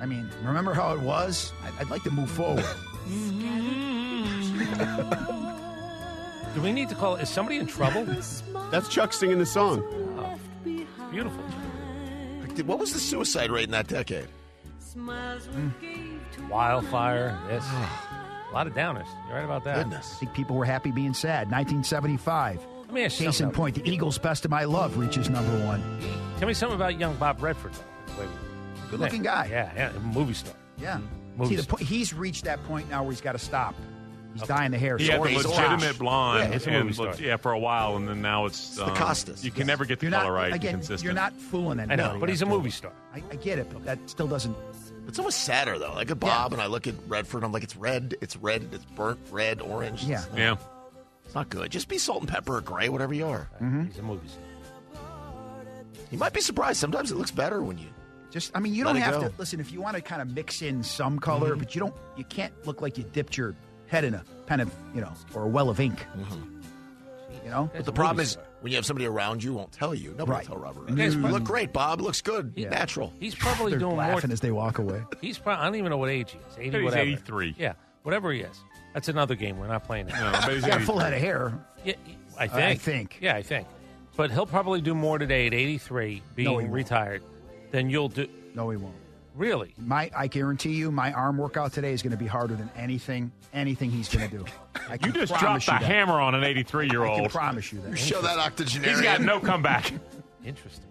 I mean, remember how it was? I- I'd like to move forward. Do we need to call? Is somebody in trouble? That's Chuck singing the song. Beautiful. Did- What was the suicide rate in that decade? Wildfire. This. a lot of downers. You're right about that. I think people were happy being sad. 1975. Let me ask you Case in something. point, the Eagles' Best of My Love reaches number one. Tell me something about young Bob Redford. though. Wait, Good-looking guy. Yeah, yeah, movie star. Yeah. Moves. See, the po- he's reached that point now where he's got to stop. He's dying the hair. He had the Sorry. legitimate blonde, Yeah, it's a movie and, star. le- yeah, for a while, and then now it's, um, the Costas. You can never get the You're color not, right. and Again, consistent. you're not fooling anybody. I know, but he's a movie star. I, I get it, but that still doesn't. It's almost sadder though. Like at Bob, and I look at Redford, and I'm like, it's red, it's red, it's burnt red, orange. Yeah. It's not, Yeah. It's not good. Just be salt and pepper or gray, whatever you are. Mm-hmm. He's a movie star. You might be surprised. Sometimes it looks better when you. Just, I mean, you Let don't it have go. to listen. If you want to kind of mix in some color, Mm-hmm. but you don't, you can't look like you dipped your head in a pen of, you know, or a well of ink. Mm-hmm. You know, But the problem is when you have somebody around you who won't tell you. Nobody Right. will tell Robert. Yeah, Redford. it's You probably- look great, Bob. Looks good. Natural. He's probably they're doing more. laughing as they walk away. He's probably. I don't even know what age he is. Eighty. He's whatever. 83. Yeah, whatever he is. That's another game. We're not playing it. No, but he's He's got a full head of hair. Yeah, I think. I think. Yeah, I think. But he'll probably do more today at 83, being won't. retired, than you'll do. No, he won't. Really? My, I guarantee you, my arm workout today is going to be harder than anything, anything he's going to do. I You can just promise dropped a you that. hammer on an 83 year I old. can promise you that. You show that octogenarian. He's got no comeback. Interesting.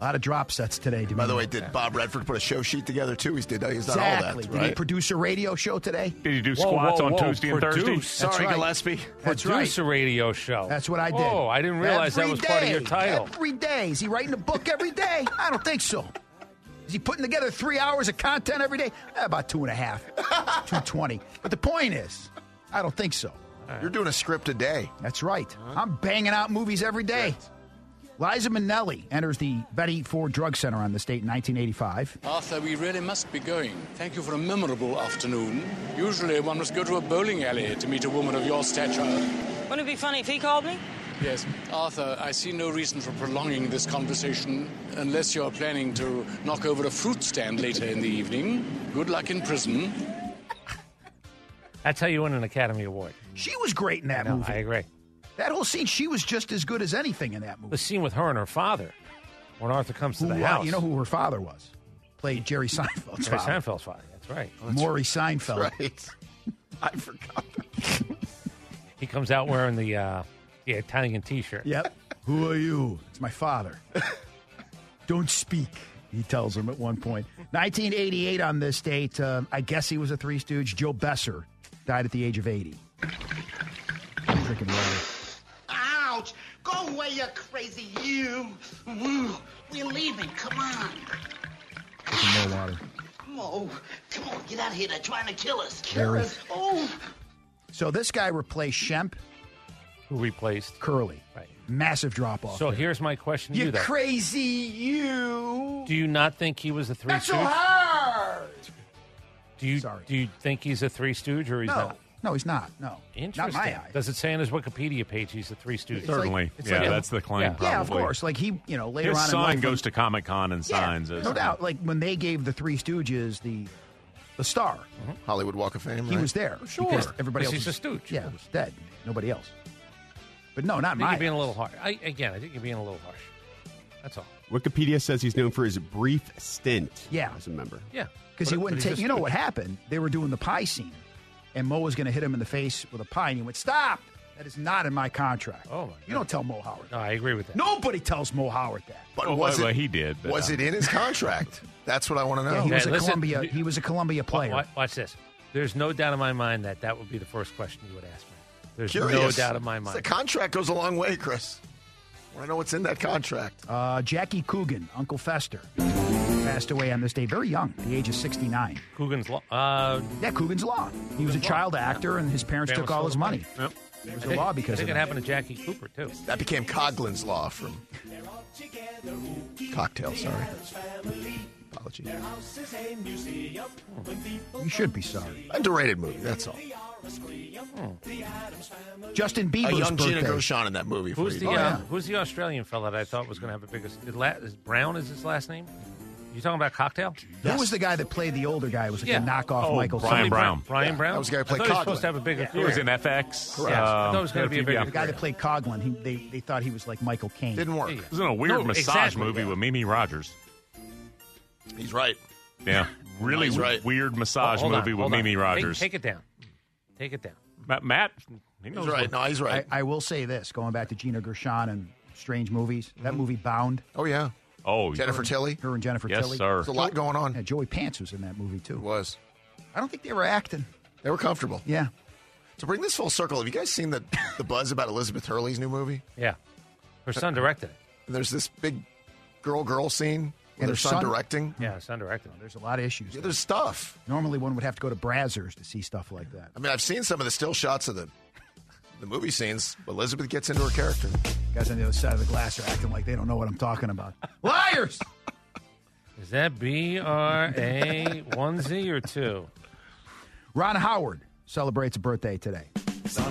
A lot of drop sets today. By the way, did Bob Redford put a show sheet together too? He's did. He's done exactly. all that, Did he right? produce a radio show today? Did he do Whoa, squats whoa, on whoa. Tuesday and Thursday? Produce. That's Sorry, right. Gillespie. That's right. Produce a radio show. That's what I did. Oh, I didn't realize Every that was part of your day. title. Every day. Is he writing a book every day? I don't think so. Is he putting together three hours of content every day? Eh, About two and a half, 220. But the point is, I don't think so. You're doing a script a day. That's right. I'm banging out movies every day. Liza Minnelli enters the Betty Ford Drug Center on the state in 1985. Arthur, we really must be going. Thank you for a memorable afternoon. Usually one must go to a bowling alley to meet a woman of your stature. Wouldn't it be funny if he called me? Yes, Arthur, I see no reason for prolonging this conversation unless you're planning to knock over a fruit stand later in the evening. Good luck in prison. That's how you win an Academy Award. She was great in that No, movie. I agree. That whole scene, she was just as good as anything in that movie. The scene with her and her father when Arthur comes to Who- the house. You know who her father was? Played Jerry Seinfeld's Jerry father. Seinfeld's father. That's right. Maury Seinfeld. Right. I forgot. He comes out wearing the, uh, the Italian t shirt. Yep. Who are you? It's my father. Don't speak, he tells him at one point. 1988 on this date, uh, I guess he was a Three Stooge. Joe Besser died at the age of 80. Drinking water. Ouch! Go away, you crazy you! Woo. We're leaving. Come on. Drinking more water. Come on. Come on, get out of here. They're trying to kill us. Kill us? Oh, So this guy replaced Shemp Who replaced? Curly. Right. Massive drop off. So here's my question to you, you though. crazy, you. Do you not think he was a three That's so Stooge? hard. Do you do you think he's a Three Stooge or he's no, not? no, he's not. No, Interesting. not my eye. Does it say on his Wikipedia page he's a Three Stooge? It's like- it's like a- Yeah, of course. Like he, you know, later His on in son life, goes to Comic Con and signs yeah, it. no doubt. Like when they gave the Three Stooges the the star, Hollywood Walk of Fame. he right? was there. because everybody else he's a was, Stooge. Yeah, was dead. Nobody else. But no, I not think my. you're being a little harsh. I, again, I think you're being a little harsh. That's all. Wikipedia says he's known for his brief stint. Yeah. as a member. Yeah, because he wouldn't take. You know what happened? They were doing the pie scene, and Mo was going to hit him in the face with a pie, and he went, "Stop! That is not in my contract. Oh my! You don't tell Mo Howard. No, I agree with that. Nobody tells Mo Howard that. But Well, was well, it, he did, but, was um, it in his contract? That's what I want to know. Yeah, he was a Columbia. He was a Columbia player. Watch, watch this. There's no doubt in my mind that that would be the first question you would ask me. There's no Curious. doubt in my The mind. contract goes a long way, Chris. I want to know what's in that contract. Uh, Jackie Coogan, Uncle Fester, passed away on this day, very young, at the age of 69. Coogan's law. Uh, yeah, Coogan's law. He was a child actor, and his parents Family took all stole his the money. Yep. There was I a think- law because I of think it that. happened to Jackie Cooper too. That became Coglin's Law from Cocktail, sorry. Apologies. You should be sorry. Underrated movie, that's all. Justin A Bieber's young birthday. Gina Gershon in that movie. for Who's you. the uh, Who's the Australian fella that I thought was going to have the biggest? Is La- is Brown is his last name? You talking about cocktail? Who was the guy that played the older guy? It was like Yeah. a knockoff Oh, Michael. Brian something. Brown. Brian Yeah, Brown. that was the guy who I thought played he was Coughlin. supposed to have a bigger. He was in FX. Correct. Yeah, I thought it was um, gonna had be a few- big- yeah. The guy that played Coglin, he, they, they thought he was like Michael Caine. Didn't work. It was in a weird No, massage exactly, movie yeah. with Mimi Rogers. He's right. Yeah, really He's right. weird massage Hold on, movie with hold on. Mimi Take- Rogers. Take, it down. Take it down. Ma- Matt, he knows He's right. what- No, he's right. I, I will say this, going back to Gina Gershon and strange movies, that movie Bound, oh, yeah. Oh, Jennifer Tilly. her and Jennifer Yes, Tilly. sir. There's a lot going on. Yeah, Joey Pants was in that movie too. was. I don't think they were acting. They were comfortable. Yeah. To bring this full circle, have you guys seen the, the buzz about Elizabeth Hurley's new movie? Yeah, her son directed it. And there's this big girl girl scene with And her her son, son- directing. Yeah, her son directed it. There's a lot of issues. There's stuff. Normally, one would have to go to Brazzers to see stuff like that. I mean, I've seen some of the still shots of the the movie scenes. Elizabeth gets into her character. Guys on the other side of the glass are acting like they don't know what I'm talking about. Liars! Is that B R A one Z or two? Ron Howard celebrates a birthday today. Do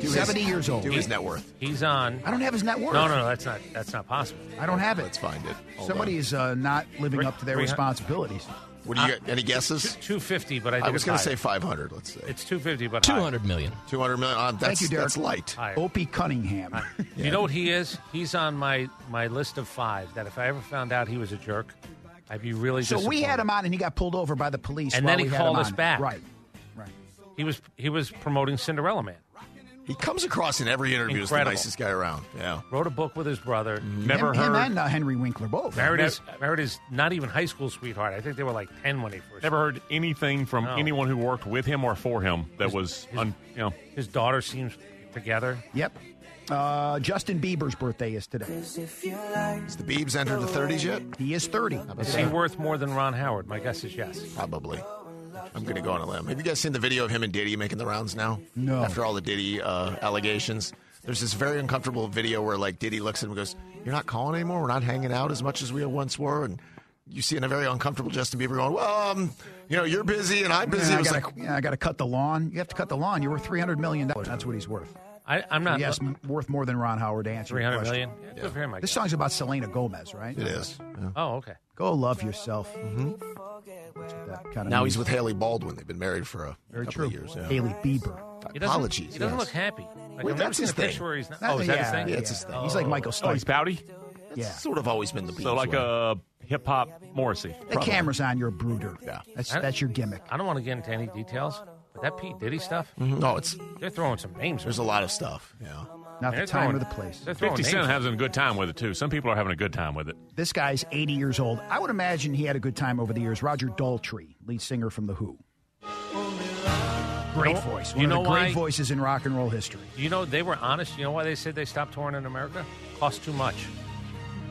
his- 70 years old. Do his net worth. He's on. I don't have his net worth. No, no, no. That's not. That's not possible. I don't have it. Let's find it. Hold Somebody on. is uh, not living up to their Three- responsibilities. What do you got? Any guesses? Two fifty, but I. Think I was going to say 500. Let's say it's two fifty, but Two higher. hundred million. 200 million. Uh, that's, Thank you, Derek. That's light. Higher. Opie Cunningham. You know what he is? He's on my my list of five. That if I ever found out he was a jerk, I'd be really. So we had disappointed. him on, and he got pulled over by the police. And while then he we had him called us on. back. Right, right. He was he was promoting Cinderella Man. He comes across in every interview as the Incredible. nicest guy around. Yeah. Wrote a book with his brother. Never him, him heard. and uh, Henry Winkler both. Married his married his not even high school sweetheart. I think they were like ten when he first. Never heard anything from No. anyone who worked with him or for him that was, un, you know, His daughter seems together. Yep. Uh, Justin Bieber's birthday is today. Has the Beebs entered the 30s yet? He is 30. Is he worth more than Ron Howard? My guess is yes. Probably. I'm going to go on a limb. Have you guys seen the video of him and Diddy making the rounds now? No. After all the Diddy uh, allegations, there's this very uncomfortable video where like Diddy looks at him and goes, "You're not calling anymore. We're not hanging out as much as we once were." And you see in a very uncomfortable Justin Bieber going, "Well, um, you know, you're busy and I'm busy." Yeah, It I was gotta, like, yeah, I gotta cut the lawn. You have to cut the lawn. You're worth three hundred million dollars. That's what he's worth. I, I'm not yes, m- worth more than Ron Howard. To answer your three hundred question. million. Yeah, Good for him. I This guess. song's about Selena Gomez, right? it is. Yeah. Oh, okay. Go love yourself. Mm-hmm. Mm-hmm. That kind of Now he's with Haley Baldwin. They've been married for a very couple true. of years. Yeah. Haley Bieber. He doesn't- Apologies. He doesn't yes. look happy. Like, Well, I've never that's seen his a thing. picture where he's not. Oh, is that his yeah, thing? Yeah, it's his thing. He's like Michael oh, he's Stipe. pouty. yeah. Sort of always been the Beebs. So like uh, way. a hip hop Morrissey. The camera's on. You're a brooder. Yeah. That's I- that's your gimmick. I don't want to get into any details, but that Pete Diddy stuff, no, Mm-hmm. Oh, it's they're throwing some names. there's a lot of stuff. Yeah. Not They're the time throwing- or the place. They're throwing 50 names. Cent having a good time with it, too. Some people are having a good time with it. This guy's 80 years old. I would imagine he had a good time over the years. Roger Daltrey, lead singer from The Who. Great voice. One you of the know great why- voices in rock and roll history. You know, they were honest. You know why they said they stopped touring in America? Cost too much.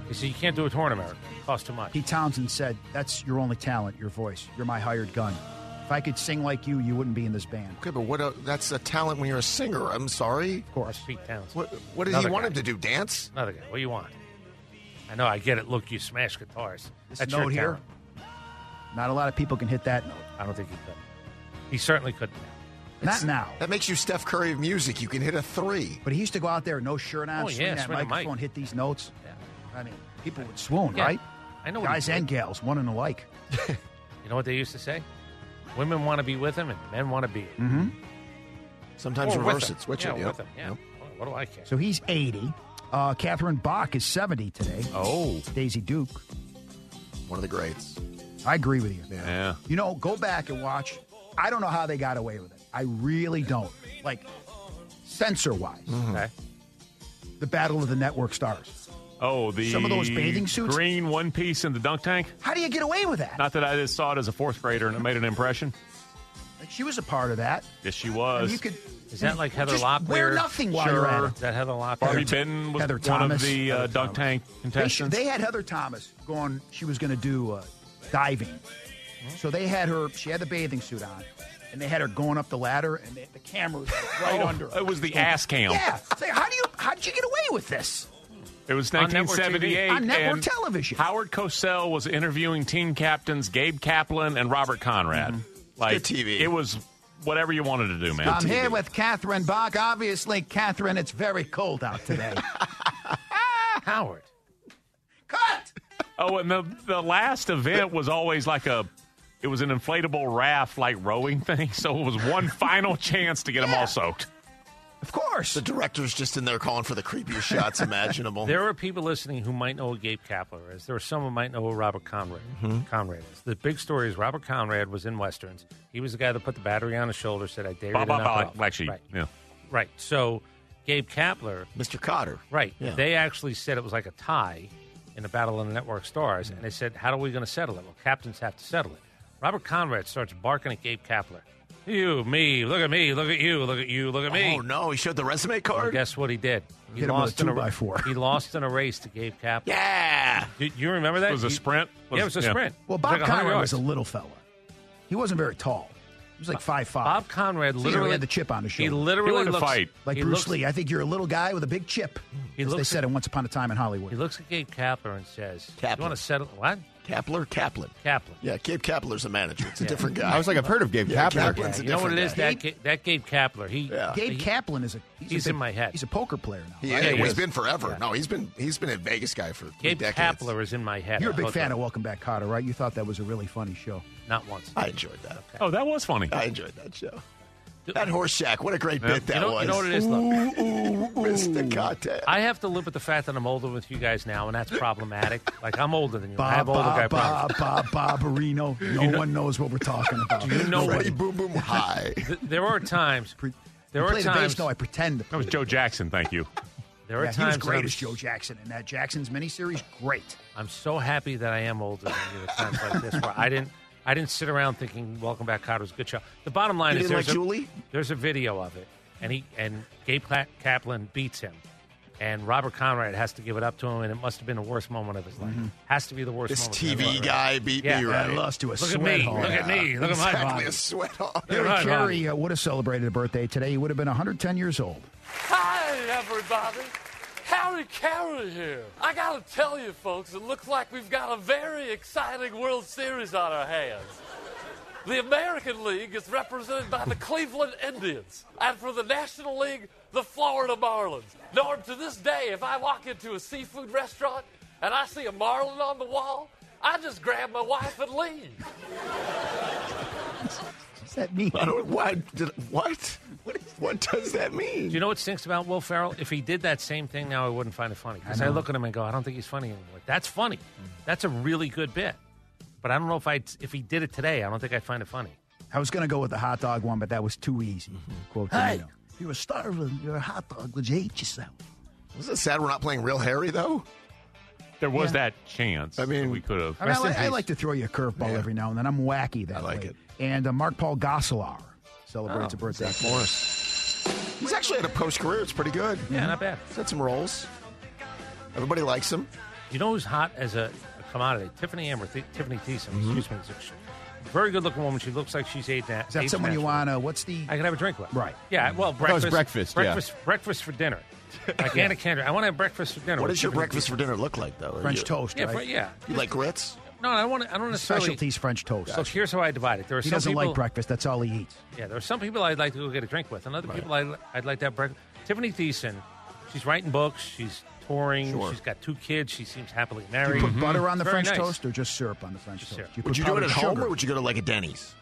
They said you can't do a tour in America. Cost too much. Pete Townsend said, That's your only talent, your voice. You're my hired gun. If I could sing like you, you wouldn't be in this band. Okay, but what? A, that's a talent when you're a singer. I'm sorry. Of course. Pete Townsend. What, what did Another he want guy. him to do? Dance? Another guy. What do you want? I know. I get it. Look, you smash guitars. This That's your note here. talent. Not a lot of people can hit that note. I don't think he could. He certainly couldn't. Not now. That makes you Steph Curry of music. You can hit a three. But he used to go out there no shirt on, Oh, yeah, swing that swing the mic. microphone, hit these notes. I mean, people would swoon, right? I know what he Guys and gals, one and alike. You know what they used to say? Women want to be with him and men want to be. Mm-hmm. Sometimes Or with reverse him. it, switch yeah, it. Yep. With him. Yeah. Yep. What- What do I care? So he's 80. Uh, Catherine Bach is 70 today. Oh. Daisy Duke. One of the greats. I agree with you. Yeah. You know, go back and watch. I don't know how they got away with it. I really don't. Like, censor wise. Okay. The Battle of the Network Stars. Oh, the Some of those bathing suits? green one piece in the dunk tank. How do you get away with that? Not that I just saw it as a fourth grader and it made an impression. Like, she was a part of that. Yes, she was. And you could- Is that like Heather Just Locklear? wear nothing while Uh, Sure. you're at it. Is that Heather Locklear? Barbie Benton was Heather one Thomas. of the uh, Heather dunk Thomas. tank They, sh- contestants. they had Heather Thomas going. She was going to do uh, diving, so they had her. She had the bathing suit on, and they had her going up the ladder, and they, the camera was like, right Oh, under. Her. it was the ass cam. Yeah. It's like, how do you? How did you get away with this? It was On network 1978. TV. On network and television. Howard Cosell was interviewing team captains Gabe Kaplan and Robert Conrad. Mm-hmm. Like It's good TV. It was whatever you wanted to do, man. I'm here with Catherine Bach. Obviously, Catherine, it's very cold out today. Howard. Oh, and the the last event was always like a. It was an inflatable raft, like rowing thing. So it was one final chance to get them all soaked. Of course. The director's just in there calling for the creepiest shots imaginable. There are people listening who might know who Gabe Kapler is. There are some who might know who Robert Conrad, Mm-hmm. Conrad is. The big story is Robert Conrad was in Westerns. He was the guy that put the battery on his shoulder, said, I dare you Ba- to ba- knock ba- it off." Actually, Right. yeah. right. So Gabe Kapler. Mr. Cotter. Right. Yeah. They actually said it was like a tie in the Battle of the Network Stars. And they said, how are we going to settle it? Well, captains have to settle it. Robert Conrad starts barking at Gabe Kapler. You, me, look at me, look at you, look at you, look at me. Oh no, he showed the resume Well, card. guess what he did? He Hit him with a in two by four. He lost in a race to Gabe Kapler. Yeah. Do you remember that? It was a He- sprint. yeah, it was a sprint. Well, It Bob was like 100 Conrad was yards. a little fella. He wasn't very tall. He was like five five. Bob Conrad literally had the chip on his He shoulder. literally He wanted to looks, fight. Like he Bruce looks- Lee, I think you're a little guy with a big chip. He as they looks- said it once upon a time in He Hollywood. looks at Gabe Kapler and says, Kapler. "You want to settle what? Kapler, Kaplan. Kaplan. Yeah, Gabe Kapler's a manager. It's a different guy. I was like, I've heard of Gabe yeah, Kapler. Kaplan's a you know what it different is? guy. That Ga- that Gabe Kapler. He Yeah. Gabe he- Kaplan is a he's, a He's big- in my head. He's a poker player now. He right? is. Yeah, he He's is. been forever. Yeah. No, he's been he's been a Vegas guy for three Gabe decades. Kapler is in my head. You're a big Okay. fan of Welcome Back, Cotter, right? You thought that was a really funny show. Not once. I enjoyed that. Oh, that was funny. I enjoyed that show. That horse shack. What a great bit that you know, was. You know what it is, look? Mr. Cotter. I have to live with the fact that I'm older with you guys now, and that's problematic. like I'm older than you. I Bob, have older guy Bob, problems. Bob, Bob, Bob, Barino. No one knows what we're talking about. You know what? Ready, boom, boom, high. Th- There are times. There I are play the times. bass. No, I pretend. To That play was the Joe bass. Jackson. Thank you. There are Yeah, he times was that great I'm- as Joe Jackson in that Jackson's miniseries. Great. I'm so happy that I am older than you at times like this, where I didn't, I didn't sit around thinking "Welcome Back, Cotter" was a good show. The bottom line You is didn't there's like a, Julie? There's a video of it, and he and Gabe Pla- Kaplan beats him, and Robert Conrad has to give it up to him, and it must have been the worst moment of his life. Mm-hmm. Has to be the worst. This moment of his life. TV guy beat Yeah, me yeah, right. I lost to a Look at sweat me! hole. Look at me! Look exactly at my body! a sweat on. Look at my Harry body. Carey uh, would have celebrated a birthday today. He would have been 110 years old. Hi, everybody. Harry Carey here. I gotta tell you, folks, it looks like we've got a very exciting World Series on our hands. The American League is represented by the Cleveland Indians, and for the National League, the Florida Marlins. Norm, to this day, if I walk into a seafood restaurant and I see a marlin on the wall, I just grab my wife and leave. What's that mean? I don't, why did, what? What, is, what does that mean? Do you know what stinks about Will Ferrell? If he did that same thing now, I wouldn't find it funny. Because I, look at him and go, I don't think he's funny anymore. That's funny. That's a really good bit. But I don't know if I if he did it today, I don't think I'd find it funny. I was going to go with the hot dog one, but that was too easy. Mm-hmm. Quote Hey. Danilo. If you were starving, you're a hot dog. Would you hate yourself? Isn't it sad we're not playing Real Harry though? There was Yeah. that chance. I mean- that we could have. I, mean, I, li- I like to throw you a curveball every now and then. I'm wacky that I like way. it. Oh, And uh, Mark Paul Gosselaar celebrates a birthday. Zach Morris. He's actually had a post career. It's pretty good. Yeah, not bad. He's had some roles. Everybody likes him. You know who's hot as a, a commodity? Tiffany Amber, Th- Tiffany Thiessen. Excuse me. She's a Very good looking woman. She looks like she's eight. Is that someone you want to? What's the? I can have a drink with. Right. Yeah. Well, thought it was breakfast, breakfast. yeah. Breakfast. Breakfast for dinner. Like Anna Kendrick. I want to have breakfast for dinner. What with does your Tiffany breakfast for dinner look like though? Are French you- toast, Thiessen. Yeah. right? fr- yeah. You like grits? No, I want. I don't necessarily. Specialties French toast. So here's how I divide it. There are he some doesn't people, like breakfast. That's all he eats. Yeah, there are some people I'd like to go get a drink with, and other people I'd, I'd like to have breakfast. Tiffany Thiessen, she's writing books, she's touring, Sure. she's got two kids, she seems happily Do married. you put butter on the Mm-hmm. Very French nice. toast or just syrup on the French toast? Would put you do it powdered at home sugar? or would you go to like a Denny's?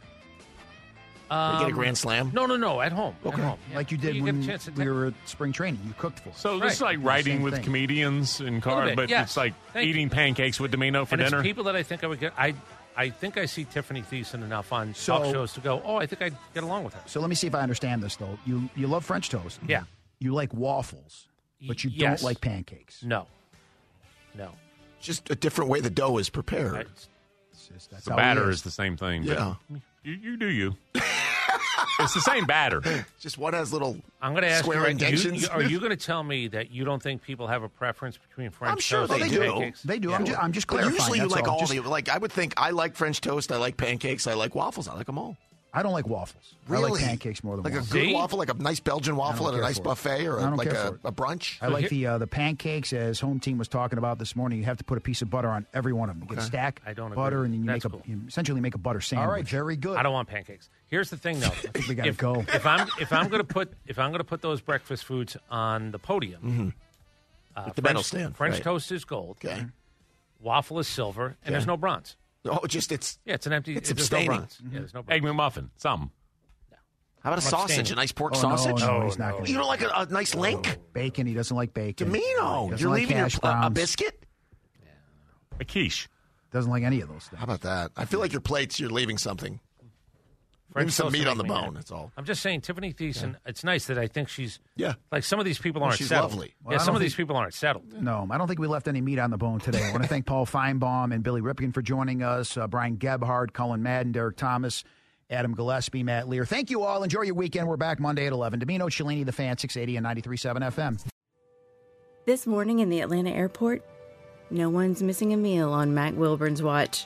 Um, get a grand slam? No, no, no. At home. At home. Like you did You get a when chance to we were at spring training. You cooked for us. So this is like writing with comedians in car, bit, but yes. it's like Thank eating pancakes with Domino for and dinner. it's people that I think I would get. I, I think I see Tiffany Thiessen enough on So- talk shows to go. Oh, I think I'd get along with her. So let me see if I understand this, though. You, you love French toast. Yeah. You like waffles, but you Yes. don't like pancakes. No. No. Just a different way the dough is prepared. That's the batter is. the same thing. but Yeah. You, you do you. it's the same batter. Just one has little I'm going to ask square you, right- you, indentions. you- Are you going to tell me that you don't think people have a preference between French I'm sure toast they and do. pancakes? Oh, They do. I'm, ju- I'm just But clarifying. usually you that's like all, Just- the like I would think I like French toast, I like pancakes, I like waffles, I like them all. I don't like waffles. I Really? like pancakes more than Like a waffles. good waffle, like a nice Belgian waffle at a care nice for it. buffet or I a, don't like care a, for it. a brunch. I like the uh, the pancakes as home team was talking about this morning. You have to put a piece of butter on every one of them. You get Okay. a stack I don't butter, agree. and then you make That's a cool. you essentially make a butter sandwich. very good. I don't want pancakes. Here's the thing, though. I think we gotta if, go. If I'm if I'm going to put if I'm going to put those breakfast foods on the podium, uh, With the French, metal Mm-hmm. stand, French right. toast is gold. Okay. Waffle is silver, and there's Okay. no bronze. Oh, just it's Yeah, it's an empty. It's there's no abstaining. Mm-hmm. bronze. Yeah, there's no Egg bronze. McMuffin. Some. How about a I'm sausage? abstaining. A nice pork Oh, no, sausage? no, he's not gonna- You don't like a, a nice link? Bacon. He doesn't like bacon. Domino, He doesn't you're like leaving your hash pl- a browns. biscuit? A quiche. Doesn't like any of those things. How about that? I feel like your plates, you're leaving something. Leave some toast meat will on the make me bone, happy. that's all. I'm just saying, Tiffany Thiessen. It's nice that I think she's Yeah. like some of these people Well, aren't she's settled. lovely. Well, I yeah, don't some of think- these people aren't settled. No, I don't think we left any meat on the bone today. I want to thank Paul Feinbaum and Billy Ripken for joining us, uh, Brian Gebhardt, Cullen Madden, Derek Thomas, Adam Gillespie, Matt Lear. Thank you all. Enjoy your weekend. We're back Monday at 11. Domino Cellini, The Fan, 680 and 93.7 FM. This morning in the Atlanta airport, no one's missing a meal on Mac Wilburn's watch.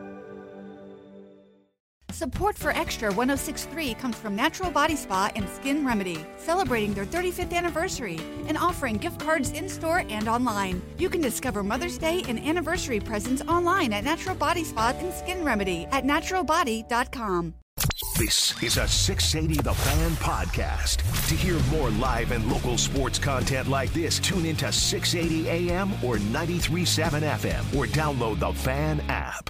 Support for Extra 1063 comes from Natural Body Spa and Skin Remedy, celebrating their 35th anniversary and offering gift cards in store and online. You can discover Mother's Day and anniversary presents online at Natural Body Spa and Skin Remedy at naturalbody.com. This is a 680 The Fan podcast. To hear more live and local sports content like this, tune into 680 AM or 937 FM or download the Fan app.